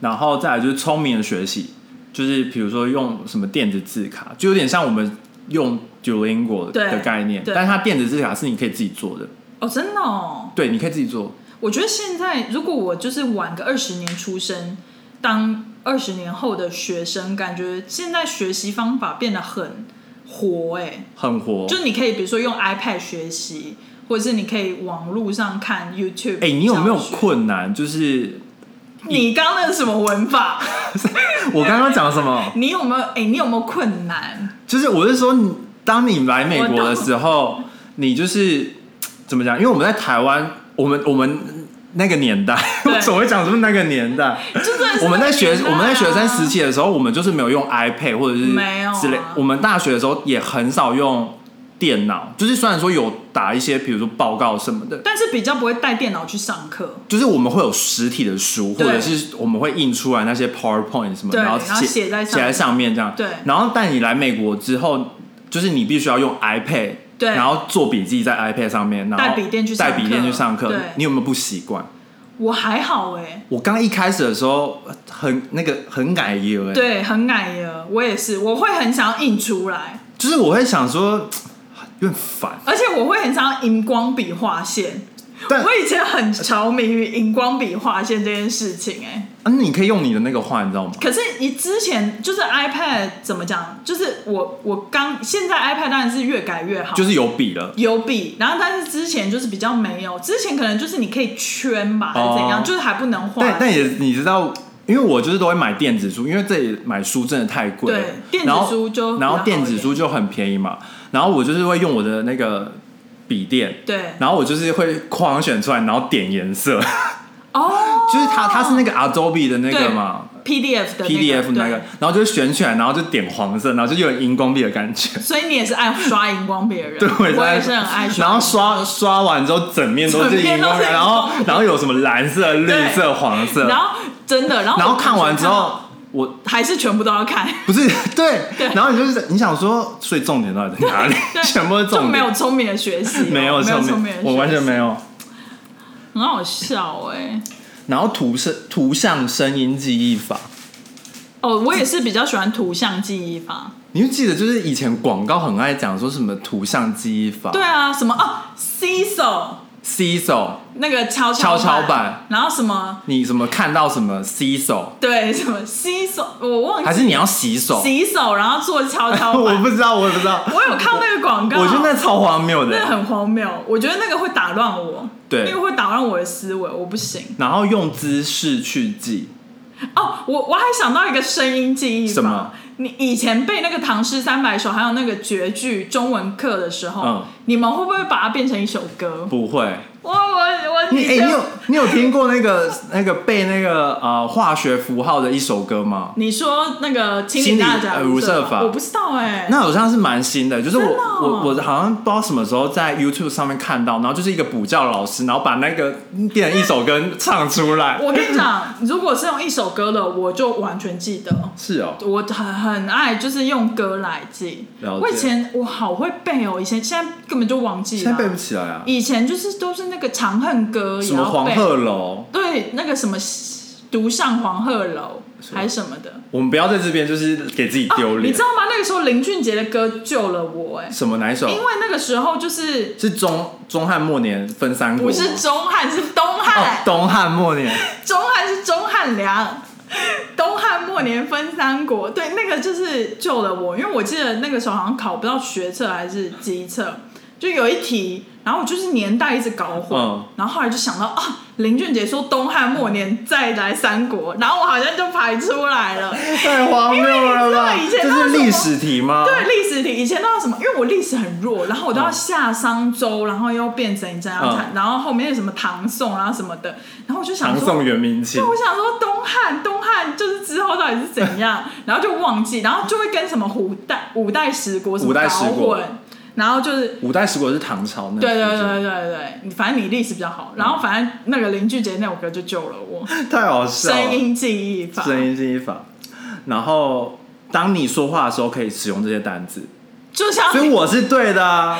Speaker 1: 然后再来就是聪明的学习，就是比如说用什么电子字卡，就有点像我们用 Duolingo
Speaker 2: 对
Speaker 1: 的概念，
Speaker 2: 对
Speaker 1: 但是它电子字卡是你可以自己做的，
Speaker 2: 哦，真的哦，
Speaker 1: 对，你可以自己做，
Speaker 2: 我觉得现在如果我就是晚个二十年出生，当二十年后的学生，感觉现在学习方法变得很活哎、
Speaker 1: 很活。
Speaker 2: 就你可以比如说用 iPad 学习，或者是你可以网络上看 YouTube。
Speaker 1: 哎、你有没有？困难？就是
Speaker 2: 你刚刚那是什么文法？
Speaker 1: 我刚刚讲什么？
Speaker 2: 你有没有？哎、你有没有困难？
Speaker 1: 就是我是说你，当你来美国的时候，你就是怎么讲？因为我们在台湾，我们我们那个年代，
Speaker 2: 对
Speaker 1: 我总会讲出那个年代。
Speaker 2: 就真的 是
Speaker 1: 我们在学
Speaker 2: 那个
Speaker 1: 我
Speaker 2: 年代啊
Speaker 1: 们在学生时，期的时候，我们就是没有用 iPad 或者是
Speaker 2: 没有啊
Speaker 1: 之类。我们大学的时候也很少用电脑，就是虽然说有打一些，比如说报告什么的，
Speaker 2: 但是比较不会带电脑去上课。
Speaker 1: 就是我们会有实体的书，或
Speaker 2: 对
Speaker 1: 者是我们会印出来那些 PowerPoint 什么，
Speaker 2: 对
Speaker 1: 后
Speaker 2: 然后
Speaker 1: 写
Speaker 2: 写在上面
Speaker 1: 写在上面这样。
Speaker 2: 对
Speaker 1: 然后但你来美国之后，就是你必须要用 iPad，
Speaker 2: 对
Speaker 1: 然后做笔记在 iPad 上面，然后
Speaker 2: 带笔电去上
Speaker 1: 带
Speaker 2: 课
Speaker 1: 笔电去上课
Speaker 2: 对，
Speaker 1: 你有没有不习惯？
Speaker 2: 我还好哎、
Speaker 1: 我刚一开始的时候很那个很改耶，哎，
Speaker 2: 对，很矮的，我也是，我会很想要印出来，
Speaker 1: 就是我会想说 有点烦，
Speaker 2: 而且我会很想要荧光笔划线。
Speaker 1: 但
Speaker 2: 我以前很着迷于荧光笔划线这件事情、哎，
Speaker 1: 啊，你可以用你的那个画，你知道吗？
Speaker 2: 可是你之前就是 iPad 怎么讲？就是我我刚现在 iPad 当然是越改越好，
Speaker 1: 就是有笔了，
Speaker 2: 有笔，然后但是之前就是比较没有，之前可能就是你可以圈吧，还是怎样，
Speaker 1: 哦
Speaker 2: 就是还不能
Speaker 1: 但
Speaker 2: 画。
Speaker 1: 但也你知道，因为我就是都会买电子书，因为这里买书真的太贵了
Speaker 2: 对，电子
Speaker 1: 然后
Speaker 2: 书就比较
Speaker 1: 然
Speaker 2: 好
Speaker 1: 后电子书就很便宜嘛，然后我就是会用我的那个笔电，
Speaker 2: 对
Speaker 1: 然后我就是会框选出来，然后点颜色，
Speaker 2: 哦，
Speaker 1: 就是它它是那个 Adobe 的那个嘛。
Speaker 2: PDF 的
Speaker 1: PDF 那个
Speaker 2: 对，
Speaker 1: 然后就选起来，然后就点黄色，然后就有荧光笔的感觉。
Speaker 2: 所以你也是爱刷荧光笔的人，
Speaker 1: 对，我也
Speaker 2: 我也
Speaker 1: 爱
Speaker 2: 是很爱刷。
Speaker 1: 然后刷刷完之后，整面都是荧光
Speaker 2: 整面都
Speaker 1: 笔，
Speaker 2: 是荧光笔
Speaker 1: 然后然后有什么蓝色、绿色、黄色，
Speaker 2: 然后真的，然后
Speaker 1: 然后
Speaker 2: 我
Speaker 1: 看完之后，我
Speaker 2: 还是全部都 要看，
Speaker 1: 不是对，然后你就是你想说，所以重点到底在哪里？全部是
Speaker 2: 就
Speaker 1: 重
Speaker 2: 没有
Speaker 1: 点，
Speaker 2: 聪明的学习哦，
Speaker 1: 没
Speaker 2: 有
Speaker 1: 有
Speaker 2: 聪
Speaker 1: 重
Speaker 2: 明的
Speaker 1: 点，
Speaker 2: 学习，
Speaker 1: 我完全没有。
Speaker 2: 很好笑哎、
Speaker 1: 然后图声、图像、声音记忆法，
Speaker 2: 哦，我也是比较喜欢图像记忆法。
Speaker 1: 你就记得就是以前广告很爱讲说什么图像记忆法，
Speaker 2: 对啊，什么哦 c s o
Speaker 1: ，C 手，
Speaker 2: 那个跷
Speaker 1: 跷跷
Speaker 2: 板
Speaker 1: 板，
Speaker 2: 然后什么
Speaker 1: 你什么看到什么 C 手，
Speaker 2: 对什么 c s o 我忘
Speaker 1: 还
Speaker 2: 记
Speaker 1: 是你要洗手？
Speaker 2: 洗手，然后做跷跷
Speaker 1: 我
Speaker 2: 板
Speaker 1: 不。知道，我也不知道，
Speaker 2: 我有看那个广告，
Speaker 1: 我觉得那超荒谬的
Speaker 2: 那。很荒谬，我觉得那个会打乱我，
Speaker 1: 对
Speaker 2: 那个会打乱我的思维，我不行。
Speaker 1: 然后用姿势去记，
Speaker 2: 哦，我我还想到一个声音记忆法
Speaker 1: 什么
Speaker 2: 你以前背那个《唐诗三百首》还有那个绝句中文课的时候，
Speaker 1: 嗯
Speaker 2: 你们会不会把它变成一首歌？
Speaker 1: 不会。
Speaker 2: 我我我，
Speaker 1: 你哎、
Speaker 2: 这
Speaker 1: 你有你有听过那个那个背那个呃化学符号的一首歌吗？
Speaker 2: 你说那个清
Speaker 1: 清
Speaker 2: 理
Speaker 1: 理
Speaker 2: 大家
Speaker 1: 呃如设法
Speaker 2: 我不知道哎、
Speaker 1: 那好像是蛮新的，就是我、
Speaker 2: 真的哦
Speaker 1: 我我好像不知道什么时候在 YouTube 上面看到，然后就是一个补教老师，然后把那个变成一首歌唱出来。
Speaker 2: 我跟你讲，如果是用一首歌的，我就完全记得。
Speaker 1: 是哦，
Speaker 2: 我很很爱，就是用歌来记。
Speaker 1: 了解
Speaker 2: 我以前我好会背哦，以前现在根本就忘记
Speaker 1: 现在
Speaker 2: 了
Speaker 1: 背。不起来啊。
Speaker 2: 以前就是都是那个《长恨歌》，
Speaker 1: 什
Speaker 2: 也
Speaker 1: 么
Speaker 2: 要
Speaker 1: 黄
Speaker 2: 背
Speaker 1: 鹤楼？
Speaker 2: 对，那个什么独上黄鹤楼还是什么的，
Speaker 1: 我们不要在这边就是给自己丢
Speaker 2: 哦你
Speaker 1: 脸。
Speaker 2: 知道吗？那个时候林俊杰的歌救了我、哎，
Speaker 1: 什么哪一首
Speaker 2: 因？为那个时候就是
Speaker 1: 是中中汉末年分三国
Speaker 2: 不
Speaker 1: 吗？
Speaker 2: 是钟汉是东
Speaker 1: 哦
Speaker 2: 汉，，
Speaker 1: 东汉末 年。
Speaker 2: 钟汉是钟汉良，东汉末年分三国。对，那个就是救了我，因为我记得那个时候好像考不到学测还是机测，就有一题，然后我就是年代一直搞混，
Speaker 1: 嗯
Speaker 2: 然后后来就想到啊，林俊杰说东汉末年再来三国，然后我好像就排出来了。
Speaker 1: 太荒谬了吧
Speaker 2: 因为！你知道以前
Speaker 1: 这
Speaker 2: 都是
Speaker 1: 是
Speaker 2: 什么
Speaker 1: 历史题吗？
Speaker 2: 对历史题，以前都要什么？因为我历史很弱，然后我都要下商周，然后又变成这样才，然后后面有什么唐宋，然后什么的，然后我就想
Speaker 1: 唐
Speaker 2: 说，
Speaker 1: 宋元明清
Speaker 2: 就，我想说东汉，东汉就是之后到底是怎样，然后就忘记，然后就会跟什么五代、五代十国什么
Speaker 1: 五代
Speaker 2: 搞
Speaker 1: 十国
Speaker 2: 混，然后就是
Speaker 1: 五代十国是唐朝那个
Speaker 2: 对对
Speaker 1: 时间
Speaker 2: 对对对对，反正你历史比较好。然后反正那个林俊杰那首歌就救了我，
Speaker 1: 太好笑了，
Speaker 2: 声音记忆法。
Speaker 1: 声音记忆法。然后当你说话的时候，可以使用这些单字，
Speaker 2: 就像
Speaker 1: 所以我是对的啊，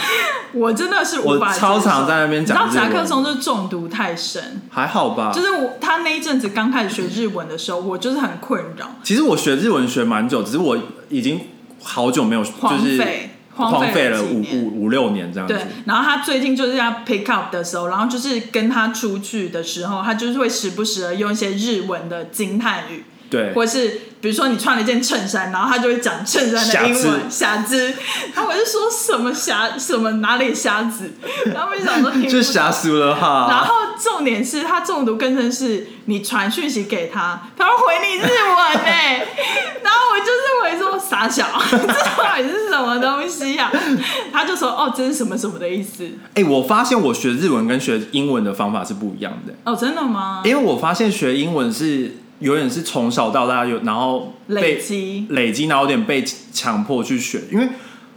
Speaker 2: 我真的是无
Speaker 1: 我
Speaker 2: 法接受。
Speaker 1: 超常在那边
Speaker 2: 你知
Speaker 1: 讲
Speaker 2: 道
Speaker 1: 日文
Speaker 2: 夹克松就是中毒太深，
Speaker 1: 还好吧？
Speaker 2: 就是我他那一阵子刚开始学日文的时候，我就是很困扰，
Speaker 1: 其实我学日文学蛮久，只是我已经好久没有就
Speaker 2: 荒
Speaker 1: 是
Speaker 2: 废
Speaker 1: 荒废了
Speaker 2: 了几
Speaker 1: 五
Speaker 2: 年。
Speaker 1: 五五六年这样子
Speaker 2: 对。，然后他最近就是要 pick up 的时候，然后就是跟他出去的时候，他就是会时不时的用一些日文的惊叹语，
Speaker 1: 对，
Speaker 2: 或是比如说你穿了一件衬衫，然后他就会讲衬衫的英文“瑕疵”，然后我就说什么瑕什么哪里瑕疵，然后我就想说
Speaker 1: 就吓死了
Speaker 2: 然
Speaker 1: 哈。
Speaker 2: 后重点是他中毒更深是，你传讯息给他，他会回你日文呢、 然后我就是回说傻小， 这到底是什么东西呀、他就说哦，这是什么什么的意思？
Speaker 1: 哎、我发现我学日文跟学英文的方法是不一样的，
Speaker 2: 哦，真的吗？
Speaker 1: 因为我发现学英文是有点是从小到大有，然后被
Speaker 2: 累积
Speaker 1: 累积，然后有点被强迫去学，因为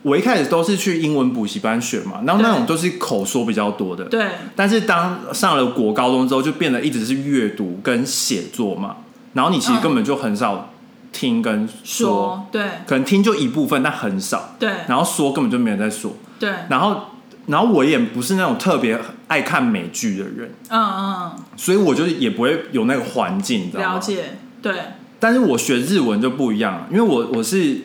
Speaker 1: 我一开始都是去英文补习班学嘛，然后那
Speaker 2: 对
Speaker 1: 种都是口说比较多的，
Speaker 2: 对
Speaker 1: 但是当上了国高中之后，就变得一直是阅读跟写作嘛，然后你其实
Speaker 2: 嗯
Speaker 1: 根本就很少听跟说，
Speaker 2: 说对
Speaker 1: 可能听就一部分，但很少，
Speaker 2: 对
Speaker 1: 然后说根本就没有在说，
Speaker 2: 对，
Speaker 1: 然后然后我也不是那种特别爱看美剧的人，
Speaker 2: 嗯嗯，
Speaker 1: 所以我就也不会有那个环境，你知道
Speaker 2: 了
Speaker 1: 吗？
Speaker 2: 解对。
Speaker 1: 但是我学日文就不一样了，因为我我是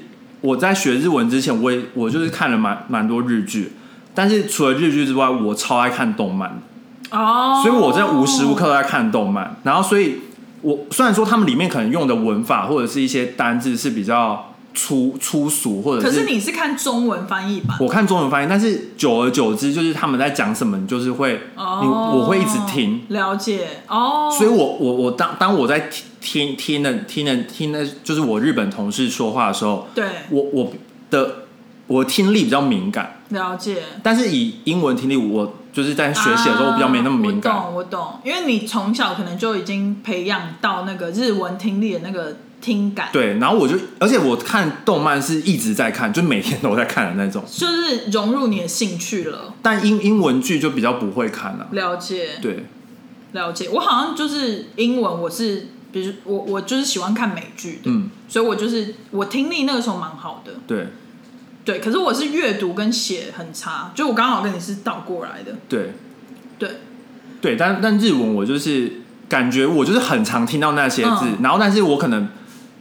Speaker 1: 我在学日文之前，我也我就是看了蛮蛮多日剧，但是除了日剧之外，我超爱看动漫的。
Speaker 2: 哦，
Speaker 1: 所以我在无时无刻都在看动漫。然后，所以我虽然说他们里面可能用的文法或者是一些单字是比较粗粗俗，或者
Speaker 2: 可
Speaker 1: 是
Speaker 2: 是你是看中文翻译版，
Speaker 1: 我看中文翻译，但是久而久之，就是他们在讲什么，你就是会、你
Speaker 2: 哦，
Speaker 1: 我会一直听。
Speaker 2: 了解哦，
Speaker 1: 所以我，我我当当我在听听听的听的听的，就是我日本同事说话的时候，
Speaker 2: 对
Speaker 1: 我我的我听力比较敏感，
Speaker 2: 了解。
Speaker 1: 但是以英文听力，我就是在学习的时候，我比较没那么敏感。
Speaker 2: 啊我懂，我懂，因为你从小可能就已经培养到那个日文听力的那个听感，，
Speaker 1: 对，然后我就，而且我看动漫是一直在看，就每天都在看的那种。
Speaker 2: 就是融入你的兴趣了。
Speaker 1: 但英英文剧就比较不会看啊。
Speaker 2: 了解，
Speaker 1: 对，
Speaker 2: 了解。我好像就是英文，我是，比如我我就是喜欢看美剧的，
Speaker 1: 嗯，
Speaker 2: 所以我就是我听力那个时候蛮好的，
Speaker 1: 对
Speaker 2: 对。可是我是阅读跟写很差，就我刚好跟你是倒过来的，
Speaker 1: 对
Speaker 2: 对，
Speaker 1: 对，但但日文我就是感觉我就是很常听到那些字，
Speaker 2: 嗯
Speaker 1: 然后但是我可能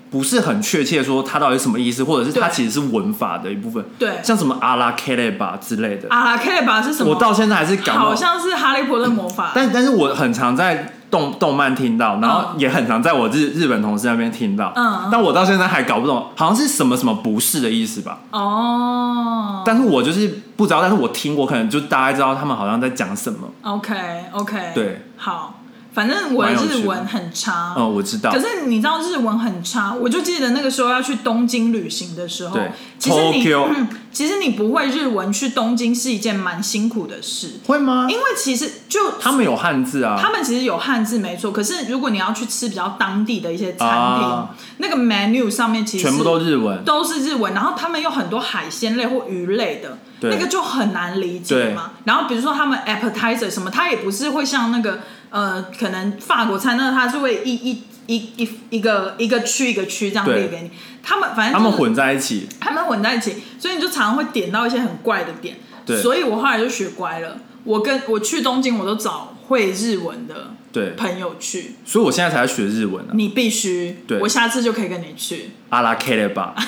Speaker 1: 不是很确切说它到底是什么意思，或者是它
Speaker 2: 对
Speaker 1: 其实是文法的一部分，
Speaker 2: 对
Speaker 1: 像什么阿拉 K 类吧之类的，
Speaker 2: 啊，可以吧？是什么？
Speaker 1: 我到现在还是搞不
Speaker 2: 好
Speaker 1: 懂。
Speaker 2: 像是哈利波特魔法，
Speaker 1: 但但是我很常在动动漫听到，然后
Speaker 2: 嗯
Speaker 1: 也很常在我日日本同事那边听到，
Speaker 2: 嗯嗯
Speaker 1: 但我到现在还搞不懂，好像是什么什么不是的意思吧？
Speaker 2: 哦，
Speaker 1: 但是我就是不知道，但是我听我可能就大概知道他们好像在讲什么。
Speaker 2: OK OK，
Speaker 1: 对，
Speaker 2: 好，反正我的
Speaker 1: 蛮有趣
Speaker 2: 日
Speaker 1: 的
Speaker 2: 文很差。
Speaker 1: 嗯，我知道
Speaker 2: 可，是你知道日文很差，我就记得那个时候要去东京旅行的时候
Speaker 1: 对，
Speaker 2: 哦其实你、
Speaker 1: Tokyo
Speaker 2: 嗯、其实你不会日文去东京是一件蛮辛苦的事，
Speaker 1: 会吗？
Speaker 2: 因为其实就
Speaker 1: 他们有汉字啊，
Speaker 2: 他们其实有汉字没错，可是如果你要去吃比较当地的一些餐厅，
Speaker 1: 啊
Speaker 2: 那个 menu 上面其实
Speaker 1: 全部都日文。
Speaker 2: 都是日文，然后他们有很多海鲜类或鱼类的，
Speaker 1: 对
Speaker 2: 那个就很难理解
Speaker 1: 对
Speaker 2: 嘛。然后比如说他们 appetizer 什么，它也不是会像那个呃，可能法国餐那它是会一一一一一个一个区一个区这样
Speaker 1: 对
Speaker 2: 列给你，他们反正、
Speaker 1: 他
Speaker 2: 就是、
Speaker 1: 们混在一起，
Speaker 2: 他们混在一起，所以你就常常会点到一些很怪的点。
Speaker 1: 对
Speaker 2: 所以我后来就学乖了，我跟我去东京我都找会日文的
Speaker 1: 对，
Speaker 2: 朋友去，
Speaker 1: 所以我现在才在学日文啊。
Speaker 2: 你必须，
Speaker 1: 对
Speaker 2: 我下次就可以跟你去。
Speaker 1: 阿拉 K 了吧？
Speaker 2: E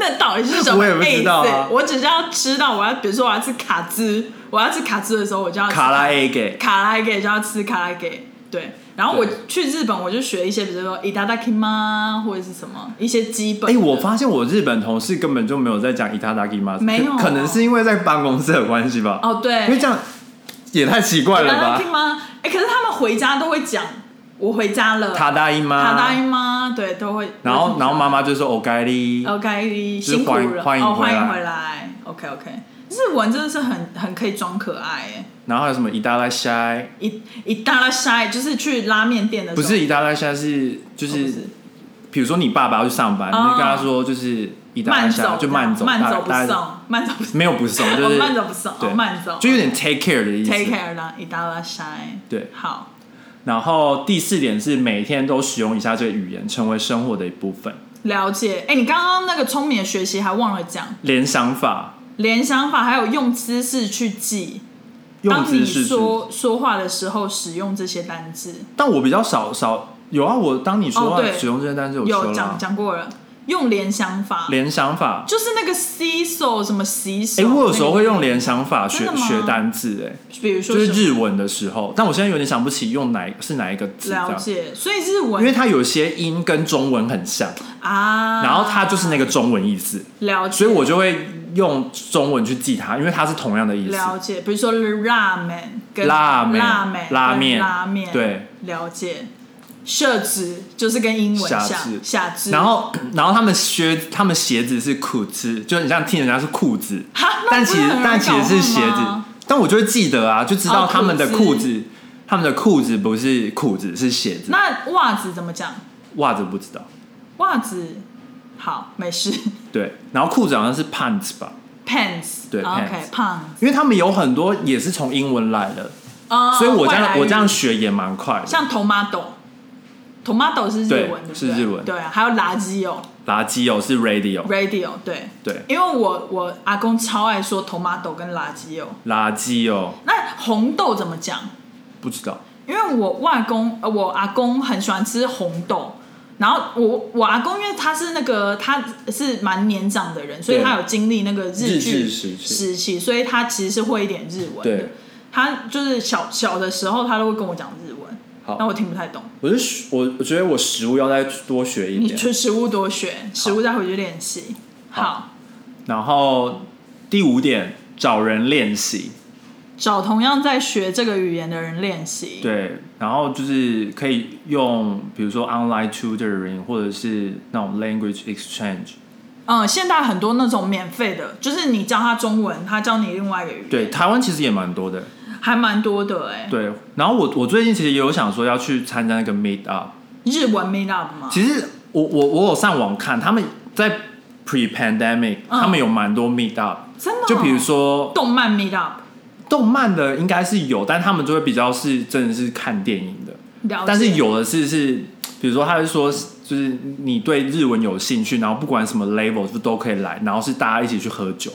Speaker 2: 那到底是什么
Speaker 1: 我也不知道啊
Speaker 2: 意思我只是要知道，我要比如说我要吃卡兹，我要吃卡兹的时候，我就要吃
Speaker 1: 卡拉 A 给，
Speaker 2: 卡拉给就要吃卡拉给。对，然后我
Speaker 1: 对
Speaker 2: 去日本，我就学一些，比如说 i t a d a k i m a 或者是什么一些基本
Speaker 1: 哎、
Speaker 2: 的。
Speaker 1: 我发现我日本同事根本就没有在讲伊塔达基吗？
Speaker 2: 没有啊
Speaker 1: 可可能是因为在办公室的关系吧。
Speaker 2: 哦对，
Speaker 1: 因为这样也太奇怪
Speaker 2: i t
Speaker 1: 了
Speaker 2: a d a
Speaker 1: 吧
Speaker 2: k i？m a 哎，可是他们回家都会讲，我回家了，
Speaker 1: 他答应吗？
Speaker 2: 卡达伊妈，对，都会。
Speaker 1: 然后，然后妈妈就说：“哦，该哩。
Speaker 2: OK，辛苦
Speaker 1: 欢迎
Speaker 2: 了，
Speaker 1: 欢迎
Speaker 2: 哦，
Speaker 1: 回
Speaker 2: 欢迎
Speaker 1: 来
Speaker 2: 回来。OK OK，日文真的是很很可以装可爱哎。”
Speaker 1: 然后还有什么“一大拉塞
Speaker 2: 一一大拉塞，就是去拉面店的”？时
Speaker 1: 不
Speaker 2: 候，
Speaker 1: 是“一大拉塞”，是就
Speaker 2: 哦不
Speaker 1: 是
Speaker 2: 是
Speaker 1: 比如说你爸爸要去上班，
Speaker 2: 哦
Speaker 1: 你就跟他说就是一到
Speaker 2: 慢
Speaker 1: 他家
Speaker 2: 走
Speaker 1: 就慢走，
Speaker 2: 慢走
Speaker 1: 大
Speaker 2: 不
Speaker 1: 大
Speaker 2: 送
Speaker 1: 家，
Speaker 2: 慢走不送，
Speaker 1: 没有不送，就
Speaker 2: 哦
Speaker 1: 是
Speaker 2: 慢走不送，
Speaker 1: 对
Speaker 2: 哦慢走，
Speaker 1: 就有点 take care 的意思。
Speaker 2: take care 啦，一大拉塞。
Speaker 1: 对，
Speaker 2: 好，
Speaker 1: 然后第四点是每天都使用一下这个语言，成为生活的一部分。
Speaker 2: 了解。哎，你刚刚那个聪明的学习还忘了讲，
Speaker 1: 联想法
Speaker 2: 联想法还有用姿势去记。
Speaker 1: 用
Speaker 2: 当你
Speaker 1: 字是指
Speaker 2: 说说话的时候使用这些单字，
Speaker 1: 但我比较少少有啊，我当你说
Speaker 2: 哦
Speaker 1: 话
Speaker 2: 对
Speaker 1: 使用这些单词，我
Speaker 2: 有
Speaker 1: 说了
Speaker 2: 讲
Speaker 1: 啊
Speaker 2: 讲过了。用联想法，
Speaker 1: 联想法。
Speaker 2: 就是那个 c s o 什么洗手。
Speaker 1: 哎，我有时候会用
Speaker 2: 那个，
Speaker 1: 联想法学
Speaker 2: 真的吗
Speaker 1: 学单字，哎，
Speaker 2: 比如说
Speaker 1: 就是
Speaker 2: 什么
Speaker 1: 日文的时候，但我现在有点想不起用哪一是哪一个字，这
Speaker 2: 了
Speaker 1: 样，
Speaker 2: 解，所以日
Speaker 1: 因为
Speaker 2: 文
Speaker 1: 它有些音跟中文很像，
Speaker 2: 啊，
Speaker 1: 然后它就是那个中文意思，
Speaker 2: 了解，
Speaker 1: 所以我就会用中文去记它，因为它是同样的意思。
Speaker 2: 了解，比如说拉面跟
Speaker 1: 拉面
Speaker 2: 拉面跟
Speaker 1: 拉面
Speaker 2: 拉面，
Speaker 1: 对，
Speaker 2: 了解。设置就是跟英文
Speaker 1: 下
Speaker 2: 下
Speaker 1: 肢
Speaker 2: 下肢，
Speaker 1: 然后，然后他们靴，他们鞋子是裤子，就你像听人家是裤子，
Speaker 2: 哈，那
Speaker 1: 但
Speaker 2: 不
Speaker 1: 其实
Speaker 2: 是很容易
Speaker 1: 但其实是鞋
Speaker 2: 搞
Speaker 1: 子
Speaker 2: 混吗，
Speaker 1: 但我就会记得啊，就知道
Speaker 2: 哦
Speaker 1: 他们的
Speaker 2: 裤
Speaker 1: 裤
Speaker 2: 子
Speaker 1: 子，他们的裤子不是裤子是鞋子，
Speaker 2: 那袜子怎么讲？
Speaker 1: 袜子不知道，
Speaker 2: 袜子好，没事。
Speaker 1: 对，然后裤子好像是 pants 吧，
Speaker 2: pants 啊
Speaker 1: 对
Speaker 2: OK pants，
Speaker 1: 因为他们有很多也是从英文来的，
Speaker 2: 呃
Speaker 1: 所以我这
Speaker 2: 外来
Speaker 1: 样
Speaker 2: 语
Speaker 1: 我这样学也蛮快的。
Speaker 2: 像 tomato，tomato
Speaker 1: 对
Speaker 2: 是日文对不对？
Speaker 1: 是日文
Speaker 2: 对啊，还有垃圾哦
Speaker 1: 垃圾哦是 radio，
Speaker 2: radio 对，
Speaker 1: 对，
Speaker 2: 因为我我阿公超爱说 tomato 跟垃圾哦。
Speaker 1: 垃圾哦
Speaker 2: 那红豆怎么讲？
Speaker 1: 不知道，
Speaker 2: 因为我外公呃，我阿公很喜欢吃红豆，然后我我阿公因为他是那个他是蛮年长的人，所以
Speaker 1: 对
Speaker 2: 他有经历那个日剧
Speaker 1: 日治时期
Speaker 2: 时期，所以他其实是会一点日文的
Speaker 1: 对。
Speaker 2: 他就是小小的时候，他都会跟我讲日文，
Speaker 1: 好
Speaker 2: 那我听不太懂。
Speaker 1: 我是我我觉得我食物要再多学一
Speaker 2: 你
Speaker 1: 点，
Speaker 2: 去食物多学，食物再回去练习。好，
Speaker 1: 好然后第五点找人练习，
Speaker 2: 找同样在学这个语言的人练习。
Speaker 1: 对，然后就是可以用比如说 online tutoring 或者是那种 language exchange，
Speaker 2: 嗯，现在很多那种免费的，就是你教他中文，他教你另外一个语言，
Speaker 1: 对，台湾其实也蛮多的，
Speaker 2: 还蛮多的哎、
Speaker 1: 对，然后我我最近其实也有想说要去参加那个 meet up，
Speaker 2: 日文 meet up 吗？
Speaker 1: 其实我我我有上网看他们在 pre pandemic，、
Speaker 2: 嗯
Speaker 1: 他们有蛮多 meet up，
Speaker 2: 真的哦、
Speaker 1: 就比如说
Speaker 2: 动漫 meet up，
Speaker 1: 动漫的应该是有，但他们就会比较是真的是看电影的，
Speaker 2: 了解
Speaker 1: 但是有的是是，比如说他是说，就是你对日文有兴趣，然后不管什么 level 就都可以来，然后是大家一起去喝酒，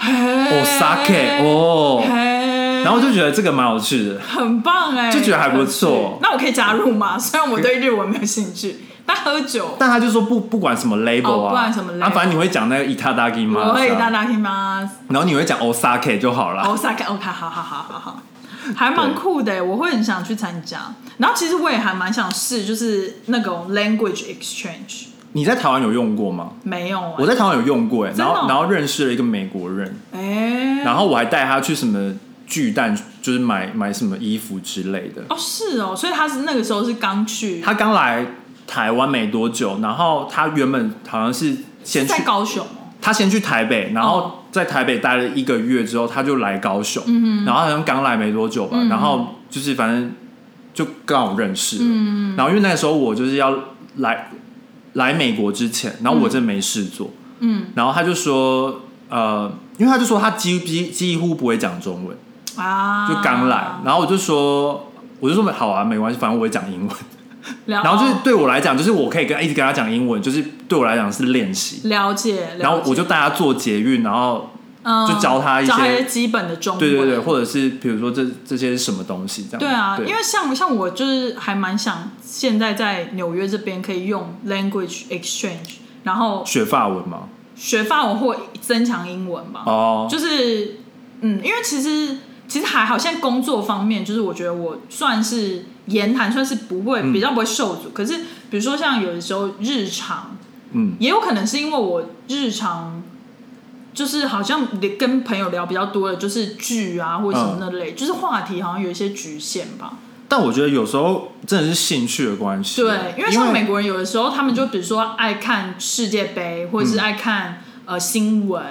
Speaker 1: 哦
Speaker 2: 哦
Speaker 1: sake 哦，
Speaker 2: 嘿，
Speaker 1: 然后就觉得这个蛮有趣的，
Speaker 2: 很棒哎、
Speaker 1: 就觉得还不错
Speaker 2: 那我可以加入吗？ 虽然我对日文没有兴趣，但喝 酒
Speaker 1: 但他就说不不管什么 level
Speaker 2: 哦
Speaker 1: 啊，
Speaker 2: 不管什么 level
Speaker 1: 啊，反正你会讲那个 itadaki 吗？
Speaker 2: 我会大大听吗？
Speaker 1: 然后你会讲 osake 就好了，
Speaker 2: 哦 sake OK，好好好好好。还蛮酷的欸，我会很想去参加。然后其实我也还蛮想试，就是那种 language exchange，
Speaker 1: 你在台湾有用过吗？
Speaker 2: 没有啊
Speaker 1: 我。在台湾有用过哎、
Speaker 2: 的
Speaker 1: 然
Speaker 2: 哦
Speaker 1: 后然后认识了一个美国人，
Speaker 2: 哎、
Speaker 1: 然后我还带他去什么巨蛋，就是买买什么衣服之类的。
Speaker 2: 哦是哦，所以他是那个时候是刚去，
Speaker 1: 他刚来台湾没多久，然后他原本好像是先去
Speaker 2: 在，高雄哦。
Speaker 1: 他先去台北，然
Speaker 2: 哦
Speaker 1: 后在台北待了一个月之后，他就来高雄，然后好像刚来没多久吧，然后就是反正就刚好认识了，
Speaker 2: 嗯
Speaker 1: 然后因为那个时候我就是要来来美国之前，然后我真的没事做，
Speaker 2: 嗯，
Speaker 1: 然后他就说，呃，因为他就说他几几几乎不会讲中文，
Speaker 2: 啊，
Speaker 1: 就刚来，然后我就说。我就说好啊，没关系，反正我会讲英文。
Speaker 2: 了，
Speaker 1: 然后就是对我来讲，就是我可以跟一直跟他讲英文，就是对我来讲是练习。
Speaker 2: 了解，了解
Speaker 1: 然后我就带他做捷运，然后
Speaker 2: 嗯
Speaker 1: 就教他一些
Speaker 2: 教基本的中文，
Speaker 1: 对对对，或者是比如说这这些是什么东西这样。
Speaker 2: 对啊，
Speaker 1: 对
Speaker 2: 因为像像我就是还蛮想现在在纽约这边可以用 language exchange，然后
Speaker 1: 学法文嘛，
Speaker 2: 学法文或增强英文吧，
Speaker 1: 哦，
Speaker 2: 就是嗯，因为其实其实还好，现在工作方面，就是我觉得我算是言谈算是不会、
Speaker 1: 嗯
Speaker 2: 比较不会受阻，可是比如说像有的时候日常
Speaker 1: 嗯，
Speaker 2: 也有可能是因为我日常就是好像跟朋友聊比较多的，就是剧啊或者什么那类，就是话题好像有一些局限吧。
Speaker 1: 但我觉得有时候真的是兴趣的关系，啊
Speaker 2: 对，因
Speaker 1: 因
Speaker 2: 为像美国人有
Speaker 1: 嗯
Speaker 2: 的时候他们就比如说爱看世界杯，或者是爱看、呃新闻，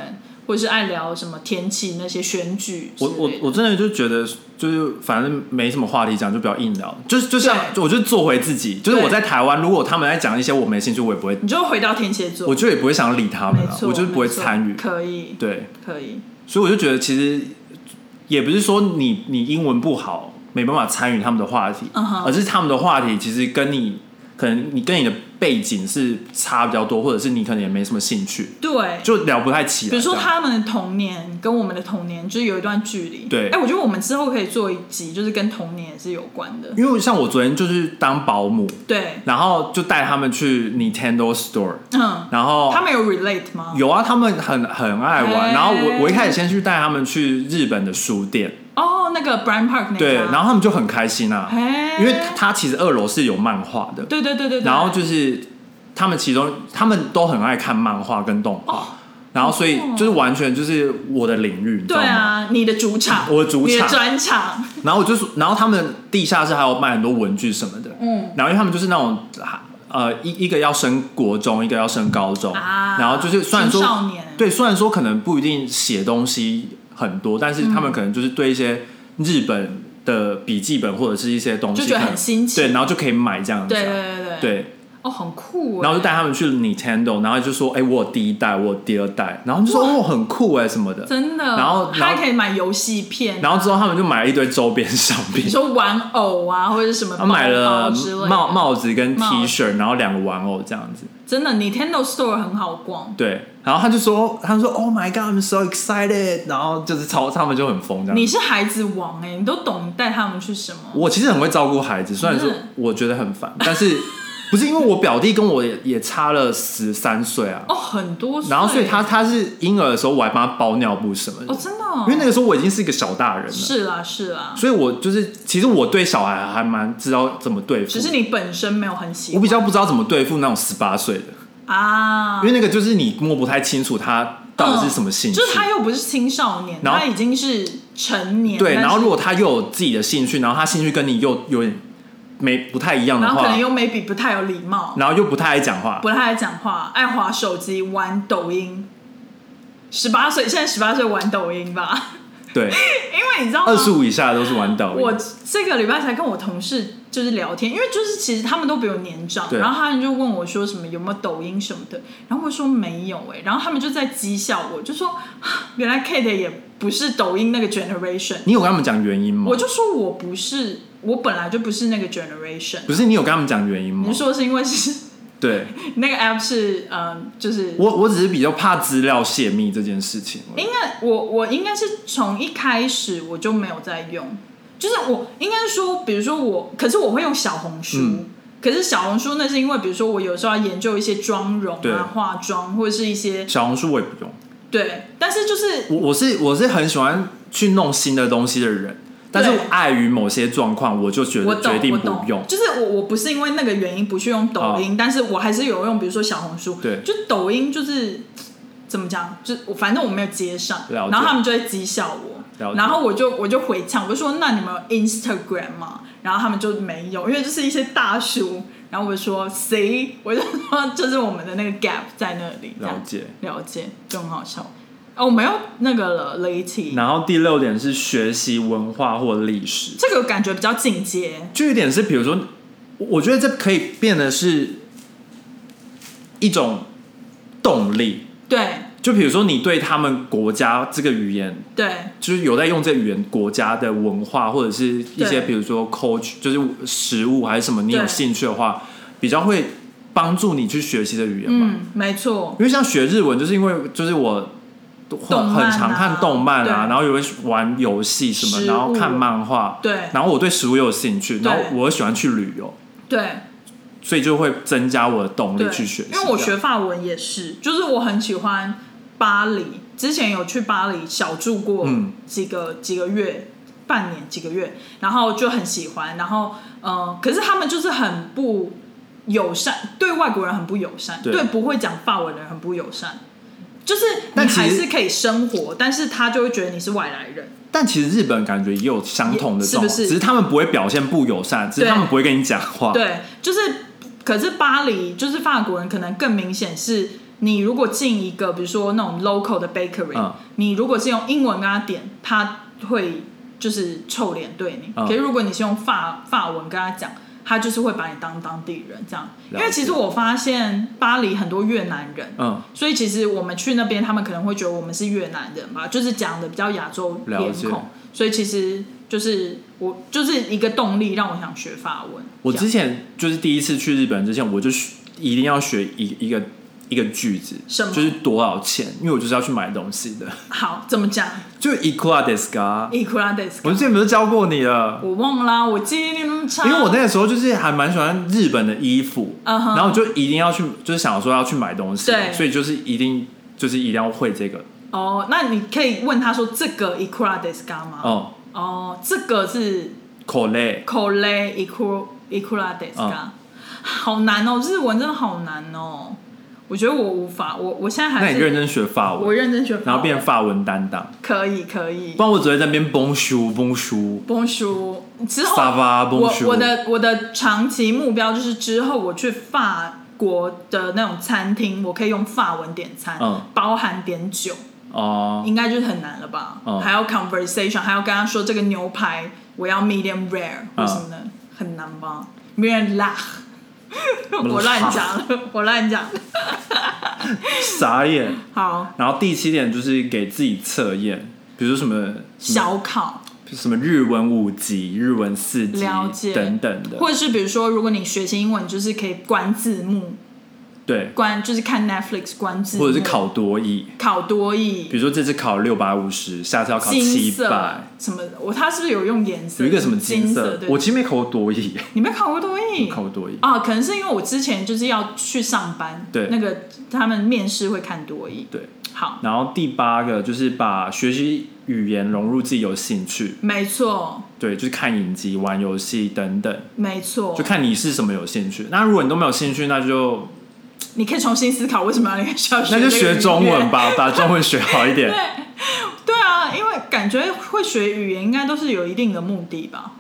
Speaker 2: 或是爱聊什么天气那些选举之
Speaker 1: 我
Speaker 2: 类的。
Speaker 1: 我我真的就觉得，就是反正没什么话题讲，就不要硬聊。就是就像我就做回自己，就是
Speaker 2: 对
Speaker 1: 我在台湾，如果他们在讲一些我没兴趣，我也不会，
Speaker 2: 你就回到天蝎座，
Speaker 1: 我就也不会想要理他们
Speaker 2: 没
Speaker 1: 了，
Speaker 2: 错，
Speaker 1: 我就是不会
Speaker 2: 没错
Speaker 1: 参与。
Speaker 2: 可以，
Speaker 1: 对，
Speaker 2: 可以，
Speaker 1: 所以我就觉得其实也不是说你你英文不好没办法参与他们的话题
Speaker 2: 嗯哼
Speaker 1: 而是他们的话题其实跟你可能你跟你的背景是差比较多，或者是你可能也没什么兴趣，
Speaker 2: 对。
Speaker 1: 就聊不太起来。
Speaker 2: 比如说
Speaker 1: 这样
Speaker 2: 他们的童年跟我们的童年就是有一段距离。
Speaker 1: 对
Speaker 2: 哎、我觉得我们之后可以做一集，就是跟童年也是有关的。
Speaker 1: 因为像我昨天就是当保姆，
Speaker 2: 对，
Speaker 1: 然后就带他们去 Nintendo Store，
Speaker 2: 嗯，
Speaker 1: 然后
Speaker 2: 他们有 relate 吗？
Speaker 1: 哦有啊，他们很很爱玩。
Speaker 2: 哎
Speaker 1: 然后我我一开始先去带他们去日本的书店，
Speaker 2: 哦，那个 Brian Park 那个。
Speaker 1: 对，然后他们就很开心啊，
Speaker 2: 哎，
Speaker 1: 因为它其实二楼是有漫画的，
Speaker 2: 对对对对对，
Speaker 1: 然后就是他们其中他们都很爱看漫画跟动画，然后所以就是完全就是我的领域，你知
Speaker 2: 哦对
Speaker 1: 道吗？
Speaker 2: 啊，你的主场，
Speaker 1: 我的主场
Speaker 2: 你的专场，
Speaker 1: 然后我就是，然后他们地下室还有卖很多文具什么的，
Speaker 2: 嗯，
Speaker 1: 然后因为他们就是那种呃一一个要升国中，一个要升高中，
Speaker 2: 啊
Speaker 1: 然后就是虽然
Speaker 2: 青
Speaker 1: 说
Speaker 2: 少年
Speaker 1: 对，虽然说可能不一定写东西很多，但是
Speaker 2: 嗯
Speaker 1: 他们可能就是对一些日本的笔记本或者是一些东西
Speaker 2: 就觉得
Speaker 1: 可能
Speaker 2: 很新奇
Speaker 1: 对，然后就可以买这样子啊、
Speaker 2: 对对对对，
Speaker 1: 对
Speaker 2: 哦，很酷哎，
Speaker 1: 然后就带他们去 Nintendo，然后就说：“哎、我有第一代，我有第二代。”然后就说：“哦，很酷哎、什么的。
Speaker 2: 真的，
Speaker 1: 然后
Speaker 2: 他
Speaker 1: 然
Speaker 2: 还
Speaker 1: 后
Speaker 2: 可以买游戏片，”
Speaker 1: 然后之后他们就买了一堆周边商品
Speaker 2: 你，说玩偶啊，或者是什么
Speaker 1: 他
Speaker 2: 包
Speaker 1: 买
Speaker 2: 包
Speaker 1: 了
Speaker 2: 之类的
Speaker 1: 帽，帽子跟 T
Speaker 2: 帽
Speaker 1: 恤，然后两个玩偶这样子。
Speaker 2: 真的 Nintendo Store 很好逛，
Speaker 1: 对，然后他就说：“他就说，Oh my God，I'm so excited。”然后就是超他们就很疯这样子
Speaker 2: 你。是孩子王哎，你都懂带他们去什么，
Speaker 1: 我其实很会照顾孩子，虽然说
Speaker 2: 嗯
Speaker 1: 我觉得很烦，但是 不是因为我表弟跟我也也差了十三岁啊，
Speaker 2: 哦，很多岁，
Speaker 1: 然后所以他他是婴儿的时候，我还帮他包尿布什么的
Speaker 2: 哦，，真的哦，
Speaker 1: 因为那个时候我已经是一个小大人了，
Speaker 2: 是啦是啦，
Speaker 1: 所以我就是其实我对小孩还蛮知道怎么对付，
Speaker 2: 只是你本身没有很喜
Speaker 1: 我
Speaker 2: 欢
Speaker 1: 比较不知道怎么对付那种十八岁的，
Speaker 2: 啊
Speaker 1: 因，为那个就是你摸不太清楚他到底是什么兴趣。
Speaker 2: 嗯就是他又不是青少年，
Speaker 1: 然后
Speaker 2: 他已经是成年。
Speaker 1: 对，
Speaker 2: 但
Speaker 1: 然
Speaker 2: 是
Speaker 1: 后如果他又有自己的兴趣，然后他兴趣跟你又有点没不太一样的
Speaker 2: 然后
Speaker 1: 话，
Speaker 2: 可能又 maybe 不太有礼貌，
Speaker 1: 然后又不太爱讲话，
Speaker 2: 不太爱讲话，爱滑手机、玩抖音。十八岁，现在十八岁玩抖音吧，
Speaker 1: 对，
Speaker 2: 因为你知道吗？
Speaker 1: 二十五以下都是玩抖音。
Speaker 2: 我这个礼拜才跟我同事就是聊天，因为就是其实他们都比我年长，
Speaker 1: 对
Speaker 2: 然后他们就问我说什么有没有抖音什么的，然后我说没有哎、然后他们就在讥笑我，就说啊原来 Kate 也不是抖音那个 generation，
Speaker 1: 你有跟他们讲原因吗
Speaker 2: 我？就说我不是，我本来就不是那个 generation。
Speaker 1: 不是，你有跟他们讲原因吗
Speaker 2: 你？说是因为是
Speaker 1: 对，
Speaker 2: 那个 app 是嗯、就是
Speaker 1: 我我只是比较怕资料泄密这件事情。
Speaker 2: 应该我我应该是从一开始我就没有在用，就是我应该是说，比如说我，可是我会用小红书。
Speaker 1: 嗯
Speaker 2: 可是小红书那是因为，比如说我有时候要研究一些妆容
Speaker 1: 对
Speaker 2: 啊、化妆或者是一些
Speaker 1: 小红书我也不用。
Speaker 2: 对，但是就是
Speaker 1: 我我是我是很喜欢去弄新的东西的人，但是
Speaker 2: 对
Speaker 1: 碍于某些状况，我就觉
Speaker 2: 我
Speaker 1: 得
Speaker 2: 懂
Speaker 1: 决定
Speaker 2: 我
Speaker 1: 不
Speaker 2: 懂
Speaker 1: 用，。哦
Speaker 2: 就是我我不是因为那个原因不去用抖音，但是我还是有用，比如说小红书，
Speaker 1: 对
Speaker 2: 就抖音就是怎么讲，就我反正我没有接上，
Speaker 1: 了解
Speaker 2: 然后他们就会讥笑我
Speaker 1: 了，解
Speaker 2: 然后我就我就回呛，我就说那你们有 Instagram 吗？然后他们就没有，因为就是一些大叔，然后我就说谁，我就说就是我们的那个 gap 在那里，这样
Speaker 1: 了解
Speaker 2: 了解，就很好笑。哦，我没有那个了雷霆，
Speaker 1: 然后第六点是学习文化或历史，
Speaker 2: 这个感觉比较进阶，
Speaker 1: 就有点是比如说，我我觉得这可以变得是一种动力。
Speaker 2: 对
Speaker 1: 就比如说，你对他们国家这个语言，
Speaker 2: 对。
Speaker 1: 就是有在用这语言国家的文化，或者是一些
Speaker 2: 对
Speaker 1: 比如说 culture，就是食物还是什么，你有
Speaker 2: 对
Speaker 1: 兴趣的话，比较会帮助你去学习的语言嘛。
Speaker 2: 嗯，没错，
Speaker 1: 因为像学日文，就是因为就是我
Speaker 2: 动
Speaker 1: 很
Speaker 2: 漫
Speaker 1: 很
Speaker 2: 啊
Speaker 1: 常看动漫啊，
Speaker 2: 对
Speaker 1: 然后也会玩游戏什么，
Speaker 2: 食物
Speaker 1: 然后看漫画，
Speaker 2: 对
Speaker 1: 然后我对食物也有兴趣，
Speaker 2: 对
Speaker 1: 然后我又喜欢去旅游，
Speaker 2: 对
Speaker 1: 所以就会增加我的动力
Speaker 2: 对，
Speaker 1: 去学习。
Speaker 2: 因为我学法文也是，就是我很喜欢巴黎，之前有去巴黎小住过
Speaker 1: 嗯
Speaker 2: 几个、几个月。半年几个月，然后就很喜欢，然后呃，可是他们就是很不友善，对外国人很不友善，
Speaker 1: 对
Speaker 2: 对不会讲法文的人很不友善，就是你
Speaker 1: 但其实
Speaker 2: 还是可以生活，但是他就会觉得你是外来人，
Speaker 1: 但其实日本感觉也有相同的
Speaker 2: 也
Speaker 1: 这种，
Speaker 2: 是不是
Speaker 1: 只是他们不会表现不友善，只是
Speaker 2: 对
Speaker 1: 他们不会跟你讲话。
Speaker 2: 对，就是，可是巴黎就是法国人，可能更明显是你如果进一个，比如说那种 local 的 bakery，、
Speaker 1: 嗯
Speaker 2: 你如果是用英文跟他点，他会就是臭脸对你。
Speaker 1: 嗯
Speaker 2: 可是如果你是用法法文跟他讲，他就是会把你当当地人这样。因
Speaker 1: 了
Speaker 2: 为其实
Speaker 1: 解
Speaker 2: 我发现巴黎很多越南人，
Speaker 1: 嗯，
Speaker 2: 所以其实我们去那边，他们可能会觉得我们是越南人吧，就是讲的比较亚洲
Speaker 1: 了
Speaker 2: 脸
Speaker 1: 解
Speaker 2: 孔，所以其实就是我就是一个动力，让我想学法文。
Speaker 1: 我
Speaker 2: 这样
Speaker 1: 之前就是第一次去日本之前，我就学一定要学一一个一个句子，
Speaker 2: 什么
Speaker 1: 就是多少钱，因为我就是要去买东西的，
Speaker 2: 好怎么讲
Speaker 1: 就 i k u a d e s k a
Speaker 2: i k u r a d e s
Speaker 1: 我之前不是教过你了。
Speaker 2: 我忘啦，我记忆力那么差。
Speaker 1: 因为我那个时候就是还蛮喜欢日本的衣服
Speaker 2: 嗯哼
Speaker 1: 然后我就一定要去，就是想说要去买东西，
Speaker 2: 对
Speaker 1: 所以就是一定就是一定要会这个
Speaker 2: 哦，那你可以问他说这个 i k u r a d e s 吗？哦
Speaker 1: 哦
Speaker 2: 这个是
Speaker 1: c o l e
Speaker 2: c o l e i k u i k u r a d e s
Speaker 1: 嗯
Speaker 2: 好难哦，日文真的好难哦。我觉得我无法，我我现在
Speaker 1: 那
Speaker 2: 还
Speaker 1: 你
Speaker 2: 是
Speaker 1: 认真学法
Speaker 2: 我
Speaker 1: 文，
Speaker 2: 认真学法文，
Speaker 1: 然后变法文担当，
Speaker 2: 可以可以
Speaker 1: 不。然我只会在那边崩书崩书
Speaker 2: Bonjour，之后
Speaker 1: 沙发 bonjour
Speaker 2: 哦我我的我的长期目标就是之后我去法国的那种餐厅，我可以用法文点餐，
Speaker 1: 嗯
Speaker 2: 包含点酒，
Speaker 1: 哦、
Speaker 2: 应该就是很难了吧？
Speaker 1: 嗯
Speaker 2: 还要 conversation，还要跟他说这个牛排我要 medium rare，为
Speaker 1: 嗯
Speaker 2: 什么呢？很难吧？medium rare，我乱讲了， 我乱讲。
Speaker 1: 傻眼。
Speaker 2: 好，
Speaker 1: 然后第七点就是给自己测验，比如说什么什么
Speaker 2: 小考。
Speaker 1: 什么日文五级、日文四级
Speaker 2: 了解
Speaker 1: 等等的，
Speaker 2: 或者是比如说，如果你学习英文，就是可以关字幕，
Speaker 1: 对，
Speaker 2: 关就是看 Netflix 关字幕，
Speaker 1: 或者是考多译，
Speaker 2: 考多
Speaker 1: 比
Speaker 2: 艺、
Speaker 1: 如说这次考六百五十，下次要考
Speaker 2: 金
Speaker 1: 七
Speaker 2: 色
Speaker 1: 百。
Speaker 2: 什么的？我他是不是有用颜色？
Speaker 1: 有一个什么
Speaker 2: 金
Speaker 1: 金色，
Speaker 2: 对
Speaker 1: 我其实没考过多译，
Speaker 2: 你没考过多艺？
Speaker 1: 考过多译，
Speaker 2: 啊，可能是因为我之前就是要去上班，
Speaker 1: 对
Speaker 2: 那个他们面试会看多艺。
Speaker 1: 对。
Speaker 2: 好，
Speaker 1: 然后第八个就是把学习语言融入自己有兴趣，
Speaker 2: 没错，
Speaker 1: 对，就是看影集、玩游戏等等，
Speaker 2: 没错
Speaker 1: 就，看你是什么有兴趣。那如果你都没有兴趣，那就
Speaker 2: 你可以重新思考为什么要你需要学
Speaker 1: 那就
Speaker 2: 这个
Speaker 1: 学中
Speaker 2: 语
Speaker 1: 文
Speaker 2: 言。
Speaker 1: 吧，把中文学好一点。
Speaker 2: 对啊，因为感觉会学语言应该都是有一定的目的吧。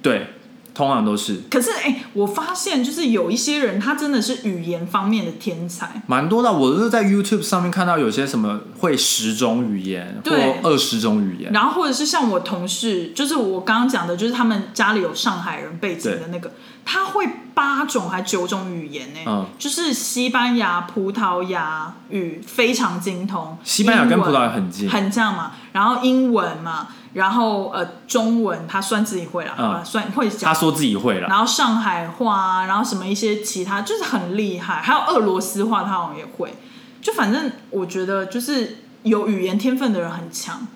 Speaker 1: 对，通常都是
Speaker 2: 可是哎、我发现就是有一些人他真的是语言方面的天才，
Speaker 1: 蛮多的。我就是在 YouTube 上面看到有些什么会十种语言或
Speaker 2: 对
Speaker 1: 二十种语言，
Speaker 2: 然后或者是像我同事，就是我刚刚讲的，就是他们家里有上海人背景的那个，他会八种还九种语言呢、
Speaker 1: 嗯
Speaker 2: 就是西班牙、葡萄牙语非常精通，
Speaker 1: 西班牙跟
Speaker 2: 英文
Speaker 1: 葡萄牙很近
Speaker 2: 很像嘛，然后英文嘛，然后呃中文他算自己会啦，
Speaker 1: 嗯
Speaker 2: 好吧算会
Speaker 1: 他
Speaker 2: 讲。
Speaker 1: 说自己会了，
Speaker 2: 然后上海话啊，然后什么一些其他，就是很厉害。还有俄罗斯话，他好像也会。就反正我觉得，就是有语言天分的人很强。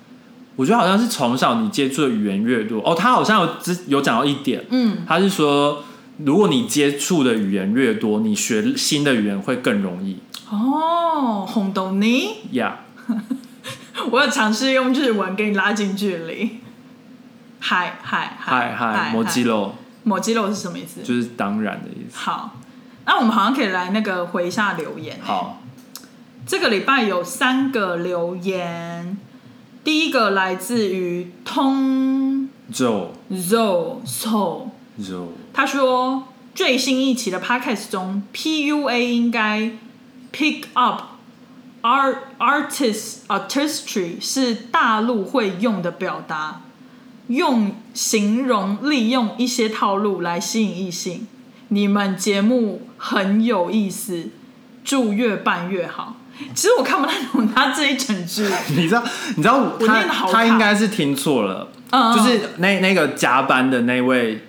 Speaker 1: 我觉得好像是从小你接触的语言越多，哦，他好像有之有讲到一点，
Speaker 2: 嗯，
Speaker 1: 他是说，如果你接触的语言越多，你学新的语言会更容易
Speaker 2: 哦，红豆泥，
Speaker 1: 呀。
Speaker 2: 我有尝试用日文跟你拉近距离。嗨嗨
Speaker 1: 嗨嗨，摩基，肉
Speaker 2: 摩基肉是什么意思？
Speaker 1: 就是当然的意思。
Speaker 2: 好，那我们好像可以来那个回一下留言。，
Speaker 1: 好，
Speaker 2: 这个礼拜有三个留言，第一个来自于通
Speaker 1: 肉
Speaker 2: zo so，
Speaker 1: 肉
Speaker 2: 他说最新一期的 podcast 中，PUA 应该 pick up art artist artistry 是大陆会用的表达，用形容利用一些套路来吸引异性。你们节目很有意思，祝越办越好。其实我看不太懂他这一整句，
Speaker 1: 你知道，你知道我
Speaker 2: 我
Speaker 1: 他
Speaker 2: 念得好卡
Speaker 1: 他应该是听错了，
Speaker 2: 嗯
Speaker 1: 就是那那个加班的那位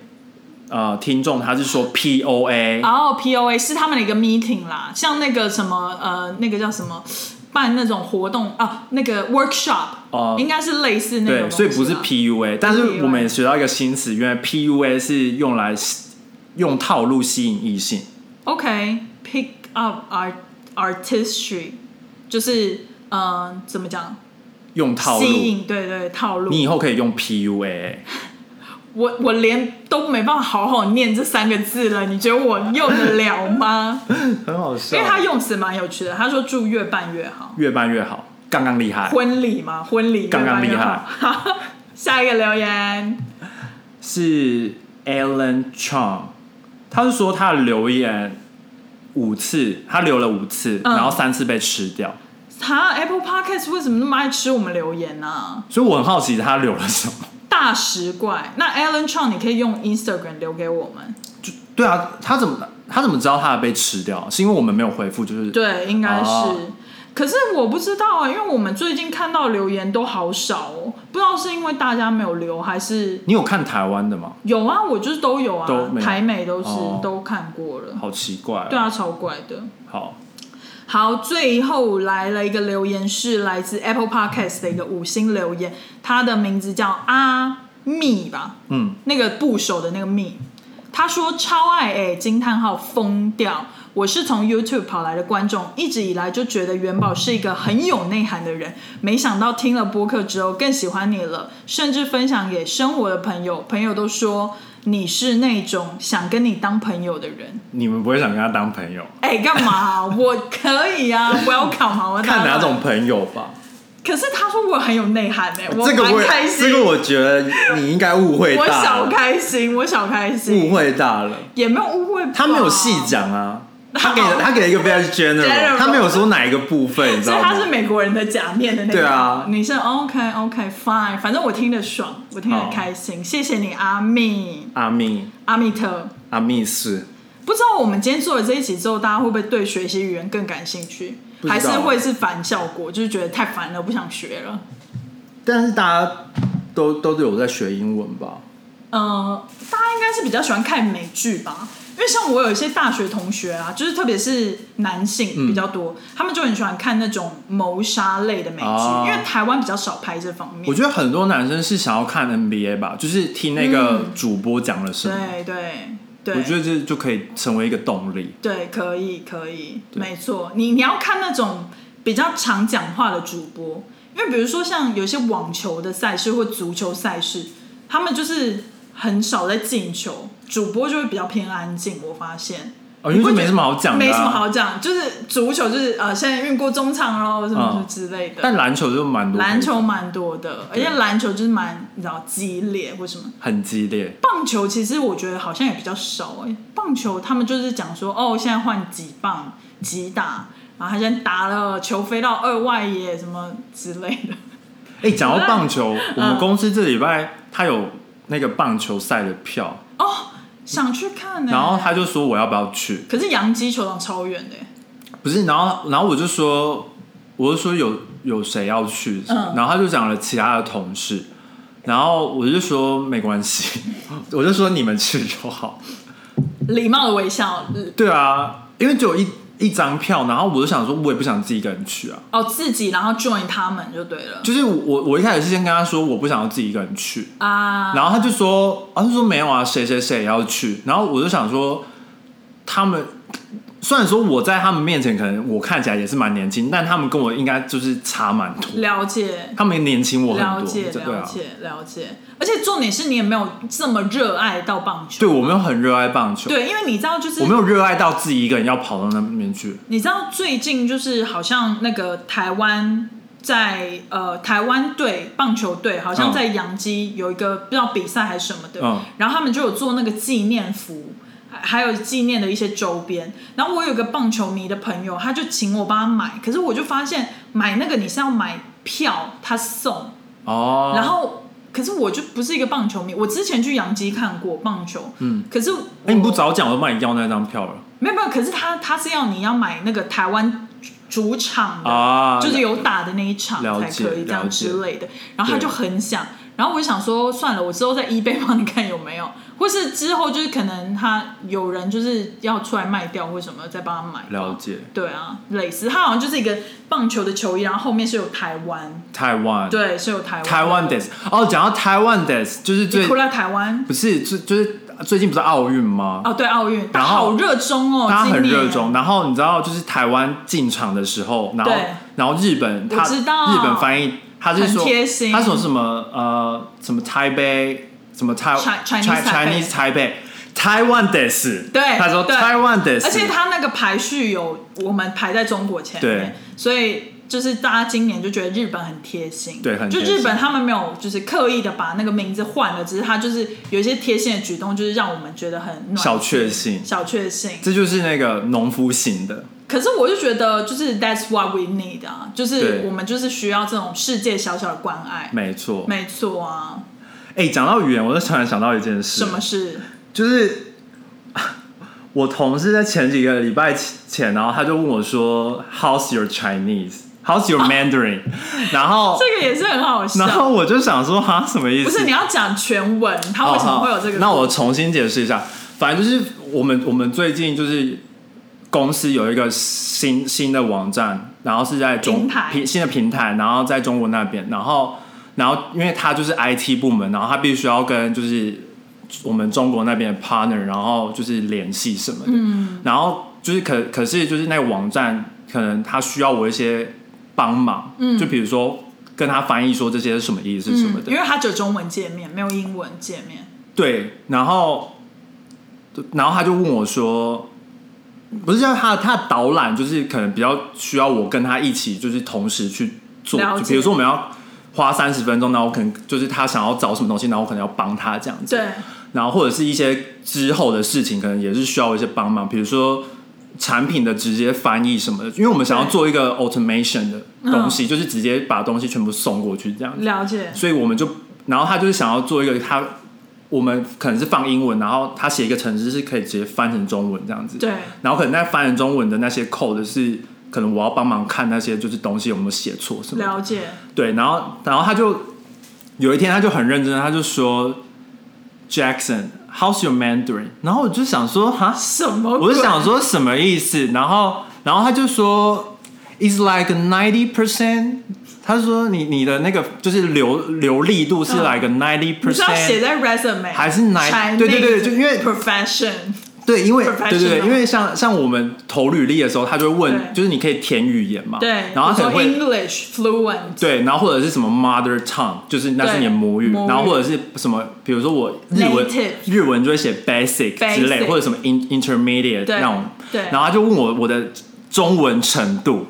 Speaker 1: 呃听众，他是说 P O A，、
Speaker 2: 然后 POA 是他们的一个 meeting 啦，像那个什么呃，那个叫什么，办那种活动啊，那个 workshop，、
Speaker 1: 哦
Speaker 2: 应该是类似那种
Speaker 1: 对，
Speaker 2: 东西啦，
Speaker 1: 所以不是 P U A，但是
Speaker 2: PUA
Speaker 1: 我们也学到一个新词，原来 P U A 是用来吸用套路吸引异性。
Speaker 2: OK，pick、up art artistry，就是呃，怎么讲，
Speaker 1: 用套路，
Speaker 2: 吸引，对对，套路
Speaker 1: 你。以后可以用 PUA，欸
Speaker 2: 我我连都没办法好好念这三个字了，你觉得我用得了 吗？
Speaker 1: 很好笑
Speaker 2: 因为他用词蛮有趣的，他说祝越办越好。
Speaker 1: 越办越好，刚刚厉害。
Speaker 2: 婚礼吗？婚礼越
Speaker 1: 刚刚
Speaker 2: 办越
Speaker 1: 厉害
Speaker 2: 好。 下一个留言，
Speaker 1: 是 Alan Chong，他是说他的留言五次，他留了五次，
Speaker 2: 嗯
Speaker 1: 然后三次被吃掉，
Speaker 2: 哈 Apple Podcast 为什么那么爱吃我们留言呢、啊？
Speaker 1: 所以我很好奇他留了什么。
Speaker 2: 大食怪，那 Alan Chong 你可以用 Instagram 留给我们，
Speaker 1: 对啊，他怎么他怎么知道他被吃掉？是因为我们没有回复，就是
Speaker 2: 对，应该是。
Speaker 1: 哦
Speaker 2: 可是我不知道啊，因为我们最近看到留言都好少哦，不知道是因为大家没有留还是
Speaker 1: 你有看台湾的吗？
Speaker 2: 有啊，我就是都有啊，
Speaker 1: 都没有
Speaker 2: 台美都是、
Speaker 1: 哦
Speaker 2: 都看过了，
Speaker 1: 好奇怪、哦。
Speaker 2: 对啊，超怪的。
Speaker 1: 好，
Speaker 2: 好，最后来了一个留言是来自 Apple Podcast 的一个五星留言，他的名字叫阿密吧，
Speaker 1: 嗯，
Speaker 2: 那个部首的那个密。他说超爱哎、惊叹号疯掉！我是从 YouTube 跑来的观众，一直以来就觉得元宝是一个很有内涵的人，没想到听了播客之后更喜欢你了，甚至分享给生活的朋友，朋友都说你是那种想跟你当朋友的人。
Speaker 1: 你们不会想跟他当朋友？
Speaker 2: 哎，干嘛、我可以 啊，我要考嘛，我
Speaker 1: 看哪
Speaker 2: 当然
Speaker 1: 种。朋友吧。
Speaker 2: 可是他说我很有内涵哎、我
Speaker 1: 这个我
Speaker 2: 蛮
Speaker 1: 也
Speaker 2: 开心，
Speaker 1: 这个我觉得你应该误会
Speaker 2: 我
Speaker 1: 大
Speaker 2: 小
Speaker 1: 了，
Speaker 2: 开心，我小开
Speaker 1: 误
Speaker 2: 心，
Speaker 1: 会大了。
Speaker 2: 也没有误会吧，
Speaker 1: 他没有细讲啊，他给了他给了一个 very general，
Speaker 2: General
Speaker 1: 他没有说哪一个部分，你知
Speaker 2: 所以
Speaker 1: 道
Speaker 2: 他是
Speaker 1: 吗？
Speaker 2: 美国人的假面的那个
Speaker 1: 对啊
Speaker 2: 女生 OK OK fine，反正我听得爽，我听得开心，谢谢你阿密
Speaker 1: 阿密
Speaker 2: 阿密特。
Speaker 1: 阿密是
Speaker 2: 不知道我们今天做了这一集之后，大家会不会对学习语言更感兴趣，
Speaker 1: 不知道
Speaker 2: 还是会是反效果，就是觉得太烦了，不想学了。
Speaker 1: 但是大家都都有在学英文吧？
Speaker 2: 呃，大家应该是比较喜欢看美剧吧，因为像我有一些大学同学啊，就是特别是男
Speaker 1: 嗯
Speaker 2: 性比较多，他们就很喜欢看那种谋杀类的美剧，
Speaker 1: 哦
Speaker 2: 因为台湾比较少拍这方面
Speaker 1: 我。觉得很多男生是想要看 NBA 吧，就是听那个主播讲了什么，
Speaker 2: 对对嗯对，
Speaker 1: 我觉得这就可以成为一个动力。
Speaker 2: 对，可以可以，没错。你你要看那种比较常讲话的主播，因为比如说像有些网球的赛事或足球赛事，他们就是很少在进球，主播就会比较偏安静。我发现。
Speaker 1: 哦，因为
Speaker 2: 你不
Speaker 1: 就
Speaker 2: 觉
Speaker 1: 没什么好讲的、啊，
Speaker 2: 没什么。好讲，就是足球就是呃，现在运过中场喽，什么什么之类的。
Speaker 1: 啊但篮球就蛮多，
Speaker 2: 篮球蛮多的，而且篮球就是蛮你知道激烈或什么。
Speaker 1: 很激烈，
Speaker 2: 棒球其实我觉得好像也比较少哎、棒球他们就是讲说哦，现在换几棒几打，然后他现在打了球飞到二外野什么之类的。
Speaker 1: 哎、讲到棒球，我们公司这礼拜他有那个棒球赛的票，
Speaker 2: 哦，想去看呢、欸
Speaker 1: 然后他就说我要不要去？
Speaker 2: 可是洋基球场超远的、欸，
Speaker 1: 不是，然后然后我就说，我就说有有谁要去，
Speaker 2: 嗯
Speaker 1: 然后他就讲了其他的同事，然后我就说没关系， 我就说你们去就好。
Speaker 2: 礼貌的微笑。呃
Speaker 1: 对啊，因为只有一一张票，然后我就想说，我也不想自己一个人去啊。
Speaker 2: 哦，自己然后 join 他们就对了
Speaker 1: 就是我我一开始是先跟他说我不想要自己一个人去，
Speaker 2: 啊。
Speaker 1: 然后他就说，啊，他说没有啊，谁谁谁也要去。然后我就想说，他们虽然说我在他们面前可能我看起来也是蛮年轻，但他们跟我应该就是差蛮多，
Speaker 2: 了解，
Speaker 1: 他们年轻我
Speaker 2: 了
Speaker 1: 很
Speaker 2: 解，
Speaker 1: 多，对
Speaker 2: 了
Speaker 1: 啊。
Speaker 2: 解，了解。而且重点是你也没有这么热爱到棒球，
Speaker 1: 对，我没有很热爱棒球，
Speaker 2: 对，因为你知道，就是
Speaker 1: 我没有热爱到自己一个人要跑到那边去。
Speaker 2: 你知道最近就是好像那个台湾在呃台湾队棒球队好
Speaker 1: 嗯
Speaker 2: 像在洋基有一个不知道比赛还是什么的，
Speaker 1: 嗯
Speaker 2: 然后他们就有做那个纪念服。还还有纪念的一些周边，然后我有个棒球迷的朋友，他就请我帮他买，可是我就发现买那个你是要买票，他送，
Speaker 1: 哦，
Speaker 2: 然后，可是我就不是一个棒球迷，我之前去洋基看过棒球，
Speaker 1: 嗯，
Speaker 2: 可是我，
Speaker 1: 哎、你不早讲，我就帮你要那张票了
Speaker 2: 没有没有，可是他他是要你要买那个台湾主场的，
Speaker 1: 啊！
Speaker 2: 就是有打的那一场
Speaker 1: 了
Speaker 2: 才
Speaker 1: 解
Speaker 2: 可以这样
Speaker 1: 了解
Speaker 2: 之类的，然后他就很想，然后我就想说算了，我之后在 eBay 帮你看有没有，或是之后就是可能他有人就是要出来卖掉或什么，再帮他买吧
Speaker 1: 了解
Speaker 2: 对啊，蕾丝，他好像就是一个棒球的球衣，然后后面是有台湾，
Speaker 1: 台湾，
Speaker 2: 对，是有台湾的，
Speaker 1: 嗯台湾 des 哦，讲到台湾 des 就是最
Speaker 2: 你哭了台湾，
Speaker 1: 不是，就就是最近不是奥运吗？
Speaker 2: 哦，对，奥运，
Speaker 1: 然
Speaker 2: 大家
Speaker 1: 后
Speaker 2: 好热衷哦，
Speaker 1: 大家很
Speaker 2: 今年
Speaker 1: 热衷。，然后你知道，就是台湾进场的时候，然后
Speaker 2: 对
Speaker 1: 然后日本他
Speaker 2: 我知道
Speaker 1: 日本翻译他是说
Speaker 2: 很贴心
Speaker 1: 他说什么呃什么台北什么台
Speaker 2: Chi-
Speaker 1: Chi-
Speaker 2: Chinese 台北
Speaker 1: Chinese 台北台湾 des
Speaker 2: 对
Speaker 1: 他说
Speaker 2: 对
Speaker 1: 台湾 des，
Speaker 2: 而且他那个排序有我们排在中国前面，
Speaker 1: 对
Speaker 2: 所以就是大家今年就觉得日本很贴心，
Speaker 1: 对很
Speaker 2: 就
Speaker 1: 贴心
Speaker 2: 日本他们没有就是刻意的把那个名字换了，只是他就是有一些贴心的举动，就是让我们觉得很暖
Speaker 1: 小确幸，
Speaker 2: 小确幸。
Speaker 1: 这就是那个农夫型的，
Speaker 2: 可是我就觉得，就是 that's what we need 啊，就是
Speaker 1: 对
Speaker 2: 我们就是需要这种世界小小的关爱。
Speaker 1: 没错。
Speaker 2: 没错啊，
Speaker 1: 哎、讲到语言，我就突然想到一件事，
Speaker 2: 什么事？
Speaker 1: 就是我同事在前几个礼拜前，然后他就问我说，How's your Chinese? How's your Mandarin？、然后，
Speaker 2: 这个也是很好笑
Speaker 1: 然。后我就想说，哈，什么意思？
Speaker 2: 不是你要讲全文，他为什么会有这个？
Speaker 1: 哦好那我重新解释一下，反正就是我们我们最近就是公司有一个新新的网站，然后是在中
Speaker 2: 平台
Speaker 1: 新的平台，然后在中国那边，然后然后因为它就是 IT 部门，然后它必须要跟就是我们中国那边的 partner，然后就是联系什么的，嗯，然后就是可可是就是那个网站可能它需要我一些帮忙，嗯，就比如说。跟他翻译说这些是什么意思什么
Speaker 2: 嗯
Speaker 1: 的，，
Speaker 2: 因为它只有中文界面，没有英文界面。
Speaker 1: 对，然后，然后他就问我说，不是叫他他的导览，就是可能比较需要我跟他一起，就是同时去做，
Speaker 2: 了解
Speaker 1: 就比如说我们要花三十分钟，然后我可能就是他想要找什么东西，然后我可能要帮他这样子，
Speaker 2: 对，
Speaker 1: 然后或者是一些之后的事情，可能也是需要一些帮忙，比如说。产品的直接翻译什么的，因为我们想要
Speaker 2: 对
Speaker 1: 做一个 automation 的东
Speaker 2: 嗯
Speaker 1: 西，就是直接把东西全部送过去这样子。
Speaker 2: 了解。
Speaker 1: 所以我们就，然后他就是想要做一个他，我们可能是放英文，然后他写一个程式是可以直接翻成中文这样子，
Speaker 2: 对，
Speaker 1: 然后可能在翻成中文的那些 code 是，可能我要帮忙看那些就是东西有没有写错什么的，
Speaker 2: 了解。
Speaker 1: 对，然后然后他就有一天他就很认真，他就说，Jackson，how's your Mandarin？然后我就想说，哈，
Speaker 2: 什么鬼？
Speaker 1: 我就想说什么意思，然后然后他就说，is like ninety percent。他说你你的那个就是流流利度是
Speaker 2: 嗯
Speaker 1: like ninety
Speaker 2: 你是要写
Speaker 1: percent，
Speaker 2: 在 resume
Speaker 1: 还是哪
Speaker 2: Chinese
Speaker 1: 对对对就因为
Speaker 2: profession
Speaker 1: 对，因为对对对，
Speaker 2: professional
Speaker 1: 因为像像我们投履历的时候，他就会
Speaker 2: 对
Speaker 1: 问，就是你可以填语言嘛，
Speaker 2: 对，
Speaker 1: 然后他可能
Speaker 2: 比如
Speaker 1: 会
Speaker 2: 说 English fluent
Speaker 1: 对，然后或者是什么 mother tongue，就是那是你的
Speaker 2: 对
Speaker 1: 母语，
Speaker 2: 母语
Speaker 1: 然后或者是什么，比如说我日文
Speaker 2: Native
Speaker 1: 日文就会写 basic 之类
Speaker 2: Basic
Speaker 1: 或者什么 in intermediate
Speaker 2: 对
Speaker 1: 那种，
Speaker 2: 对
Speaker 1: 然后他就问我我的中文程度，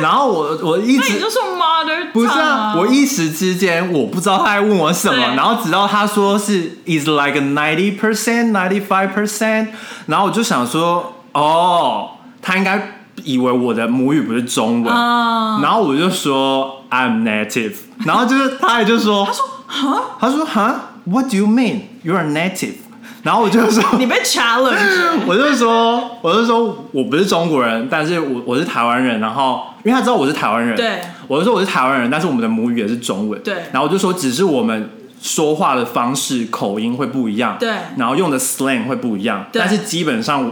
Speaker 1: 然后我我一
Speaker 2: 那你
Speaker 1: 直
Speaker 2: 就说 mother tongue
Speaker 1: 不是啊，我一时之间我不知道他在问我什么
Speaker 2: 对，
Speaker 1: 然后直到他说是 is like ninety percent ninety five percent，然后我就想说哦，他应该以为我的母语不是中文，
Speaker 2: 啊，
Speaker 1: 然后我就说 I'm native，然后就是他也就说
Speaker 2: 他说哈，
Speaker 1: 他说哈 What do you mean you are native？然后我就说
Speaker 2: 你被 challenge，
Speaker 1: 我就说，我就说我不是中国人，但是我我是台湾人。然后，因为他知道我是台湾人，
Speaker 2: 对，
Speaker 1: 我就说我是台湾人，但是我们的母语也是中文，
Speaker 2: 对
Speaker 1: 然后我就说，只是我们说话的方式、口音会不一样，
Speaker 2: 对
Speaker 1: 然后用的 slang 会不一样，
Speaker 2: 对
Speaker 1: 但是基本上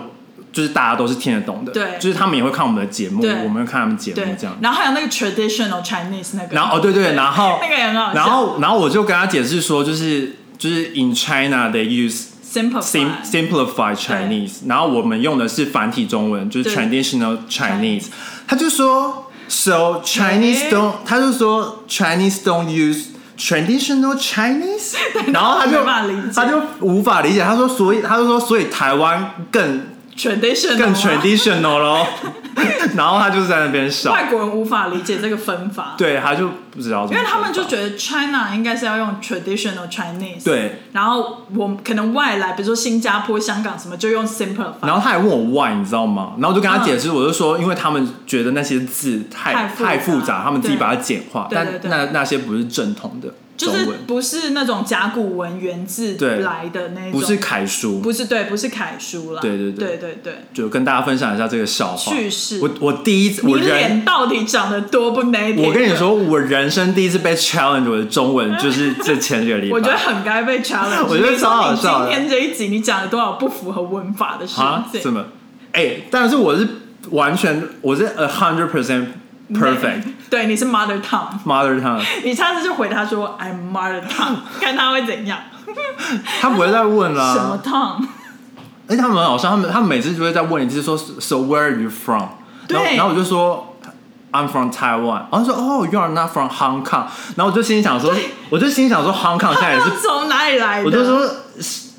Speaker 1: 就是大家都是听得懂的，
Speaker 2: 对
Speaker 1: 就是他们也会看我们的节目，
Speaker 2: 对
Speaker 1: 我们会看他们节目
Speaker 2: 对
Speaker 1: 这样，。
Speaker 2: 然后还有那个 traditional Chinese 那个，
Speaker 1: 然后哦，对对，然后
Speaker 2: 那个也很好笑，
Speaker 1: 然后然后我就跟他解释说，就是就是 in China they use
Speaker 2: simple
Speaker 1: sim simplify Chinese，然后我们用的是繁体中文，就是
Speaker 2: 对
Speaker 1: traditional Chinese。他就说，so Chinese
Speaker 2: 诶
Speaker 1: don't，他就说 Chinese don't use traditional Chinese，然后他
Speaker 2: 没办法理
Speaker 1: 就
Speaker 2: 解
Speaker 1: 他就无法理解，他说所以他就说所以台湾更
Speaker 2: traditional
Speaker 1: 更
Speaker 2: 啊
Speaker 1: traditional 咯， 然后他就在那边笑，
Speaker 2: 外国人无法理解这个分法，
Speaker 1: 对，他就不知道怎
Speaker 2: 因
Speaker 1: 么说法，
Speaker 2: 为他们就觉得 China 应该是要用 traditional Chinese，
Speaker 1: 对，
Speaker 2: 然后我们可能外来，比如说新加坡、香港什么，就用 simple 法，
Speaker 1: 然后他还问我 why，你知道吗？然后我就跟他解释，我就说，因为他们觉得那些字
Speaker 2: 嗯太
Speaker 1: 太
Speaker 2: 复杂
Speaker 1: 太复杂，他们自己
Speaker 2: 对
Speaker 1: 把它简化，
Speaker 2: 对
Speaker 1: 但
Speaker 2: 对对
Speaker 1: 那那些不是正统的
Speaker 2: 就
Speaker 1: 中
Speaker 2: 是
Speaker 1: 文，
Speaker 2: 不是那种甲骨文原字
Speaker 1: 对
Speaker 2: 来的那种，
Speaker 1: 不是楷书。
Speaker 2: 不是对，不是楷书啦，
Speaker 1: 对对
Speaker 2: 对
Speaker 1: 对
Speaker 2: 对对
Speaker 1: 就跟大家分享一下这个笑话。
Speaker 2: 趣事
Speaker 1: 我我第一次，
Speaker 2: 你
Speaker 1: 我人，
Speaker 2: 脸到底长得多不 native？
Speaker 1: 我跟你，说，我人生第一次被 challenge 我的中文，就是这前几个礼拜。
Speaker 2: 我觉得很该被 challenge。
Speaker 1: 我觉得
Speaker 2: 你说
Speaker 1: 超好笑的
Speaker 2: 你今天这一集你讲了多少不符合文法的事
Speaker 1: 啊，
Speaker 2: 情？
Speaker 1: 怎么？哎、但是我是完全，我是 a hundred percent perfect
Speaker 2: 那对，你是 mother tongue。
Speaker 1: mother tongue。
Speaker 2: 你下次就回他说 I'm mother tongue，看他会怎样。
Speaker 1: 他不会再问了、啊
Speaker 2: 什么 tongue？
Speaker 1: 而哎且他们很好笑，他们他们每次就会在问你，就是说，So where are you from？
Speaker 2: 对
Speaker 1: 然后然后我就说，I'm from Taiwan。然后他说，哦、y o u are not from Hong Kong。然后我就心里想说，我就心里想说，Hong Kong 现在也是
Speaker 2: 他，从哪里来的？
Speaker 1: 我就说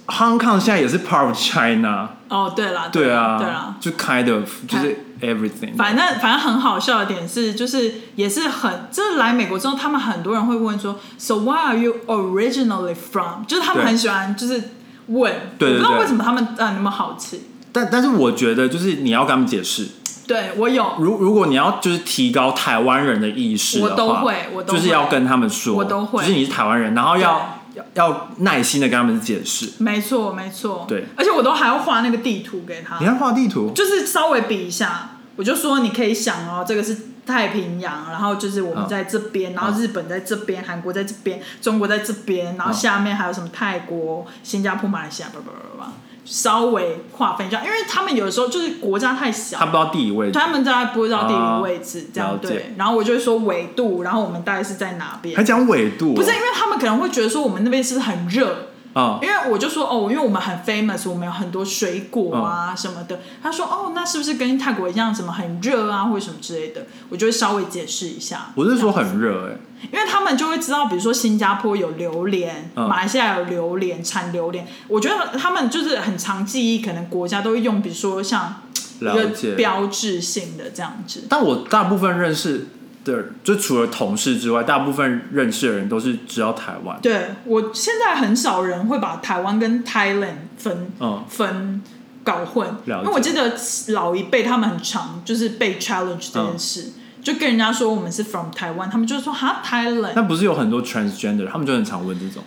Speaker 1: ，Hong Kong 现在也是 part of China。
Speaker 2: 哦，对啦，
Speaker 1: 对啊，
Speaker 2: 对啦，
Speaker 1: 就 kind of 就是 everything。
Speaker 2: 反正反正很好笑的点是，就是也是很，这来美国之后，他们很多人会问说，So where are you originally from？就是他们
Speaker 1: 对
Speaker 2: 很喜欢就是问，
Speaker 1: 对对
Speaker 2: 我不知道
Speaker 1: 对
Speaker 2: 为什么他们呃那么好奇。
Speaker 1: 但但是我觉得就是你要跟他们解释，
Speaker 2: 对我有，
Speaker 1: 如如果你要就是提高台湾人的意识的话，
Speaker 2: 我都会我都会
Speaker 1: 就是要跟他们说，
Speaker 2: 我都会
Speaker 1: 就是你是台湾人，然后要要要耐心的跟他们解释。
Speaker 2: 没错没错，
Speaker 1: 对
Speaker 2: 而且我都还要画那个地图给他
Speaker 1: 你，要画地图，
Speaker 2: 就是稍微比一下，我就说你可以想哦，这个是太平洋，然后就是我们
Speaker 1: 嗯
Speaker 2: 在这边，然后日本在这边，韩国在这边，中国在这边，然后
Speaker 1: 嗯
Speaker 2: 下面还有什么泰国、新加坡、马来西亚，叭叭叭叭叭，稍微划分一下，因为他们有的时候就是国家太小
Speaker 1: 他，不知道地理位置，
Speaker 2: 他们大概不知道地
Speaker 1: 啊
Speaker 2: 理位置，这样
Speaker 1: 了解
Speaker 2: 对，然后我就会说纬度，然后我们大概是在哪边
Speaker 1: 还，讲纬度哦、
Speaker 2: 不是因为他们可能会觉得说我们那边是不是很热，
Speaker 1: 啊、
Speaker 2: 因为我就说哦，因为我们很 famous，我们有很多水果
Speaker 1: 嗯
Speaker 2: 啊什么的。他说哦，那是不是跟泰国一样，什么很热啊，或者什么之类的？我就会稍微解释一下，
Speaker 1: 不是说很热哎、
Speaker 2: 因为他们就会知道，比如说新加坡有榴莲，
Speaker 1: 嗯
Speaker 2: 马来西亚有榴莲，产榴莲。我觉得他们就是很常记忆，可能国家都会用，比如说像一
Speaker 1: 了
Speaker 2: 个
Speaker 1: 解。
Speaker 2: 标志性的这样子。
Speaker 1: 但我大部分认识的，就除了同事之外，大部分认识的人都是知道台湾。
Speaker 2: 对我现在很少人会把台湾跟 Thailand 分、
Speaker 1: 嗯
Speaker 2: 分搞混，因
Speaker 1: 了解
Speaker 2: 为我记得老一辈他们很常就是被
Speaker 1: 嗯
Speaker 2: challenge 这件事，就跟人家说我们是 from 台湾，他们就说哈 Thailand
Speaker 1: 但不是有很多 transgender，他们就很常问这种，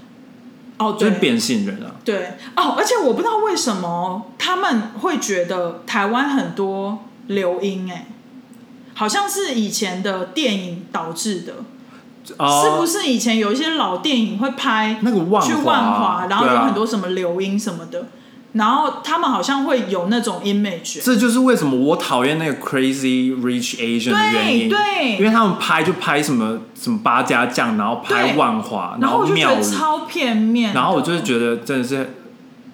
Speaker 2: 哦
Speaker 1: 就是
Speaker 2: 对。
Speaker 1: 变性人啊。
Speaker 2: 对哦，而且我不知道为什么他们会觉得台湾很多流音哎、好像是以前的电影导致的，
Speaker 1: 哦
Speaker 2: 是不是以前有一些老电影会拍
Speaker 1: 那个万华
Speaker 2: 去万华，然后
Speaker 1: 对
Speaker 2: 有
Speaker 1: 啊
Speaker 2: 很多什么流音什么的，然后他们好像会有那种 image，
Speaker 1: 这就是为什么我讨厌那个 Crazy Rich Asian 的原
Speaker 2: 对
Speaker 1: 因，因
Speaker 2: 对，
Speaker 1: 为他们拍就拍什么什么八家将，然后拍
Speaker 2: 对
Speaker 1: 万华，
Speaker 2: 然后
Speaker 1: 啊后
Speaker 2: 我就觉
Speaker 1: 庙
Speaker 2: 得
Speaker 1: 宇，
Speaker 2: 超片 面，
Speaker 1: 然后我就是觉得真的是，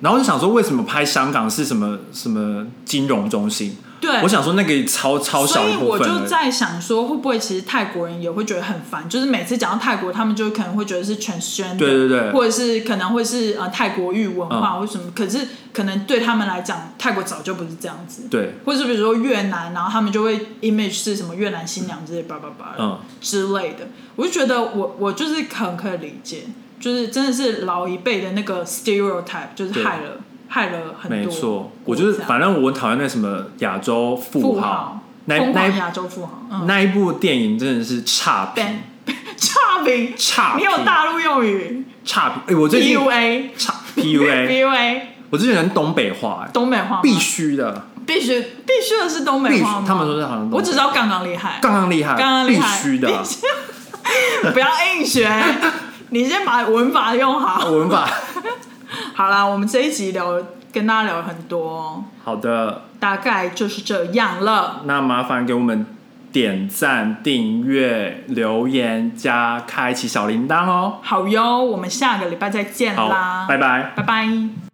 Speaker 1: 然后就想说为什么拍香港是什么什么金融中心？
Speaker 2: 对，
Speaker 1: 我想说那个超超
Speaker 2: 所
Speaker 1: 小
Speaker 2: 以
Speaker 1: 一部
Speaker 2: 我
Speaker 1: 分
Speaker 2: 就
Speaker 1: 而已，
Speaker 2: 在想说，会不会其实泰国人也会觉得很烦？就是每次讲到泰国，他们就可能会觉得是 transgender，
Speaker 1: 对对对
Speaker 2: 或者是可能会是呃泰国语文化
Speaker 1: 嗯
Speaker 2: 或什么。可是可能对他们来讲，泰国早就不是这样子。
Speaker 1: 对，
Speaker 2: 或者是比如说越南，然后他们就会 image 是什么越南新娘之类叭叭叭的
Speaker 1: 嗯
Speaker 2: 之类的，我就觉得我我就是很可以理解，就是真的是老一辈的那个 stereotype，就是
Speaker 1: 对
Speaker 2: 害了害了很多
Speaker 1: 没
Speaker 2: 国家。
Speaker 1: 错，我就是反正我很讨厌那什么亚洲
Speaker 2: 富
Speaker 1: 富豪，那那
Speaker 2: 疯狂
Speaker 1: 一
Speaker 2: 亚洲富豪，嗯，
Speaker 1: 那一部电影真的是差评
Speaker 2: Ben，，差评，
Speaker 1: 差
Speaker 2: 你
Speaker 1: 评，
Speaker 2: 有大陆用语
Speaker 1: 差评，哎，我最近
Speaker 2: ，PUA，
Speaker 1: 差 PUA，
Speaker 2: PUA，
Speaker 1: 我之前很东北话，哎
Speaker 2: 东北话吗
Speaker 1: 必须的。
Speaker 2: 必须必须的是东北
Speaker 1: 必须
Speaker 2: 话吗，
Speaker 1: 他们说是好像东北
Speaker 2: 我只知道杠杠厉害，
Speaker 1: 杠杠厉害，
Speaker 2: 刚刚厉
Speaker 1: 必
Speaker 2: 害
Speaker 1: 须的啊、
Speaker 2: 不要 硬学，你先把文法用好。
Speaker 1: 文法。
Speaker 2: 好啦，我们这一集聊跟大家聊很多，
Speaker 1: 好的，
Speaker 2: 大概就是这样了。
Speaker 1: 那麻烦给我们点赞、订阅、留言加开启小铃铛哦。
Speaker 2: 好哟，我们下个礼拜再见
Speaker 1: 好
Speaker 2: 啦，，
Speaker 1: 拜拜。
Speaker 2: 拜拜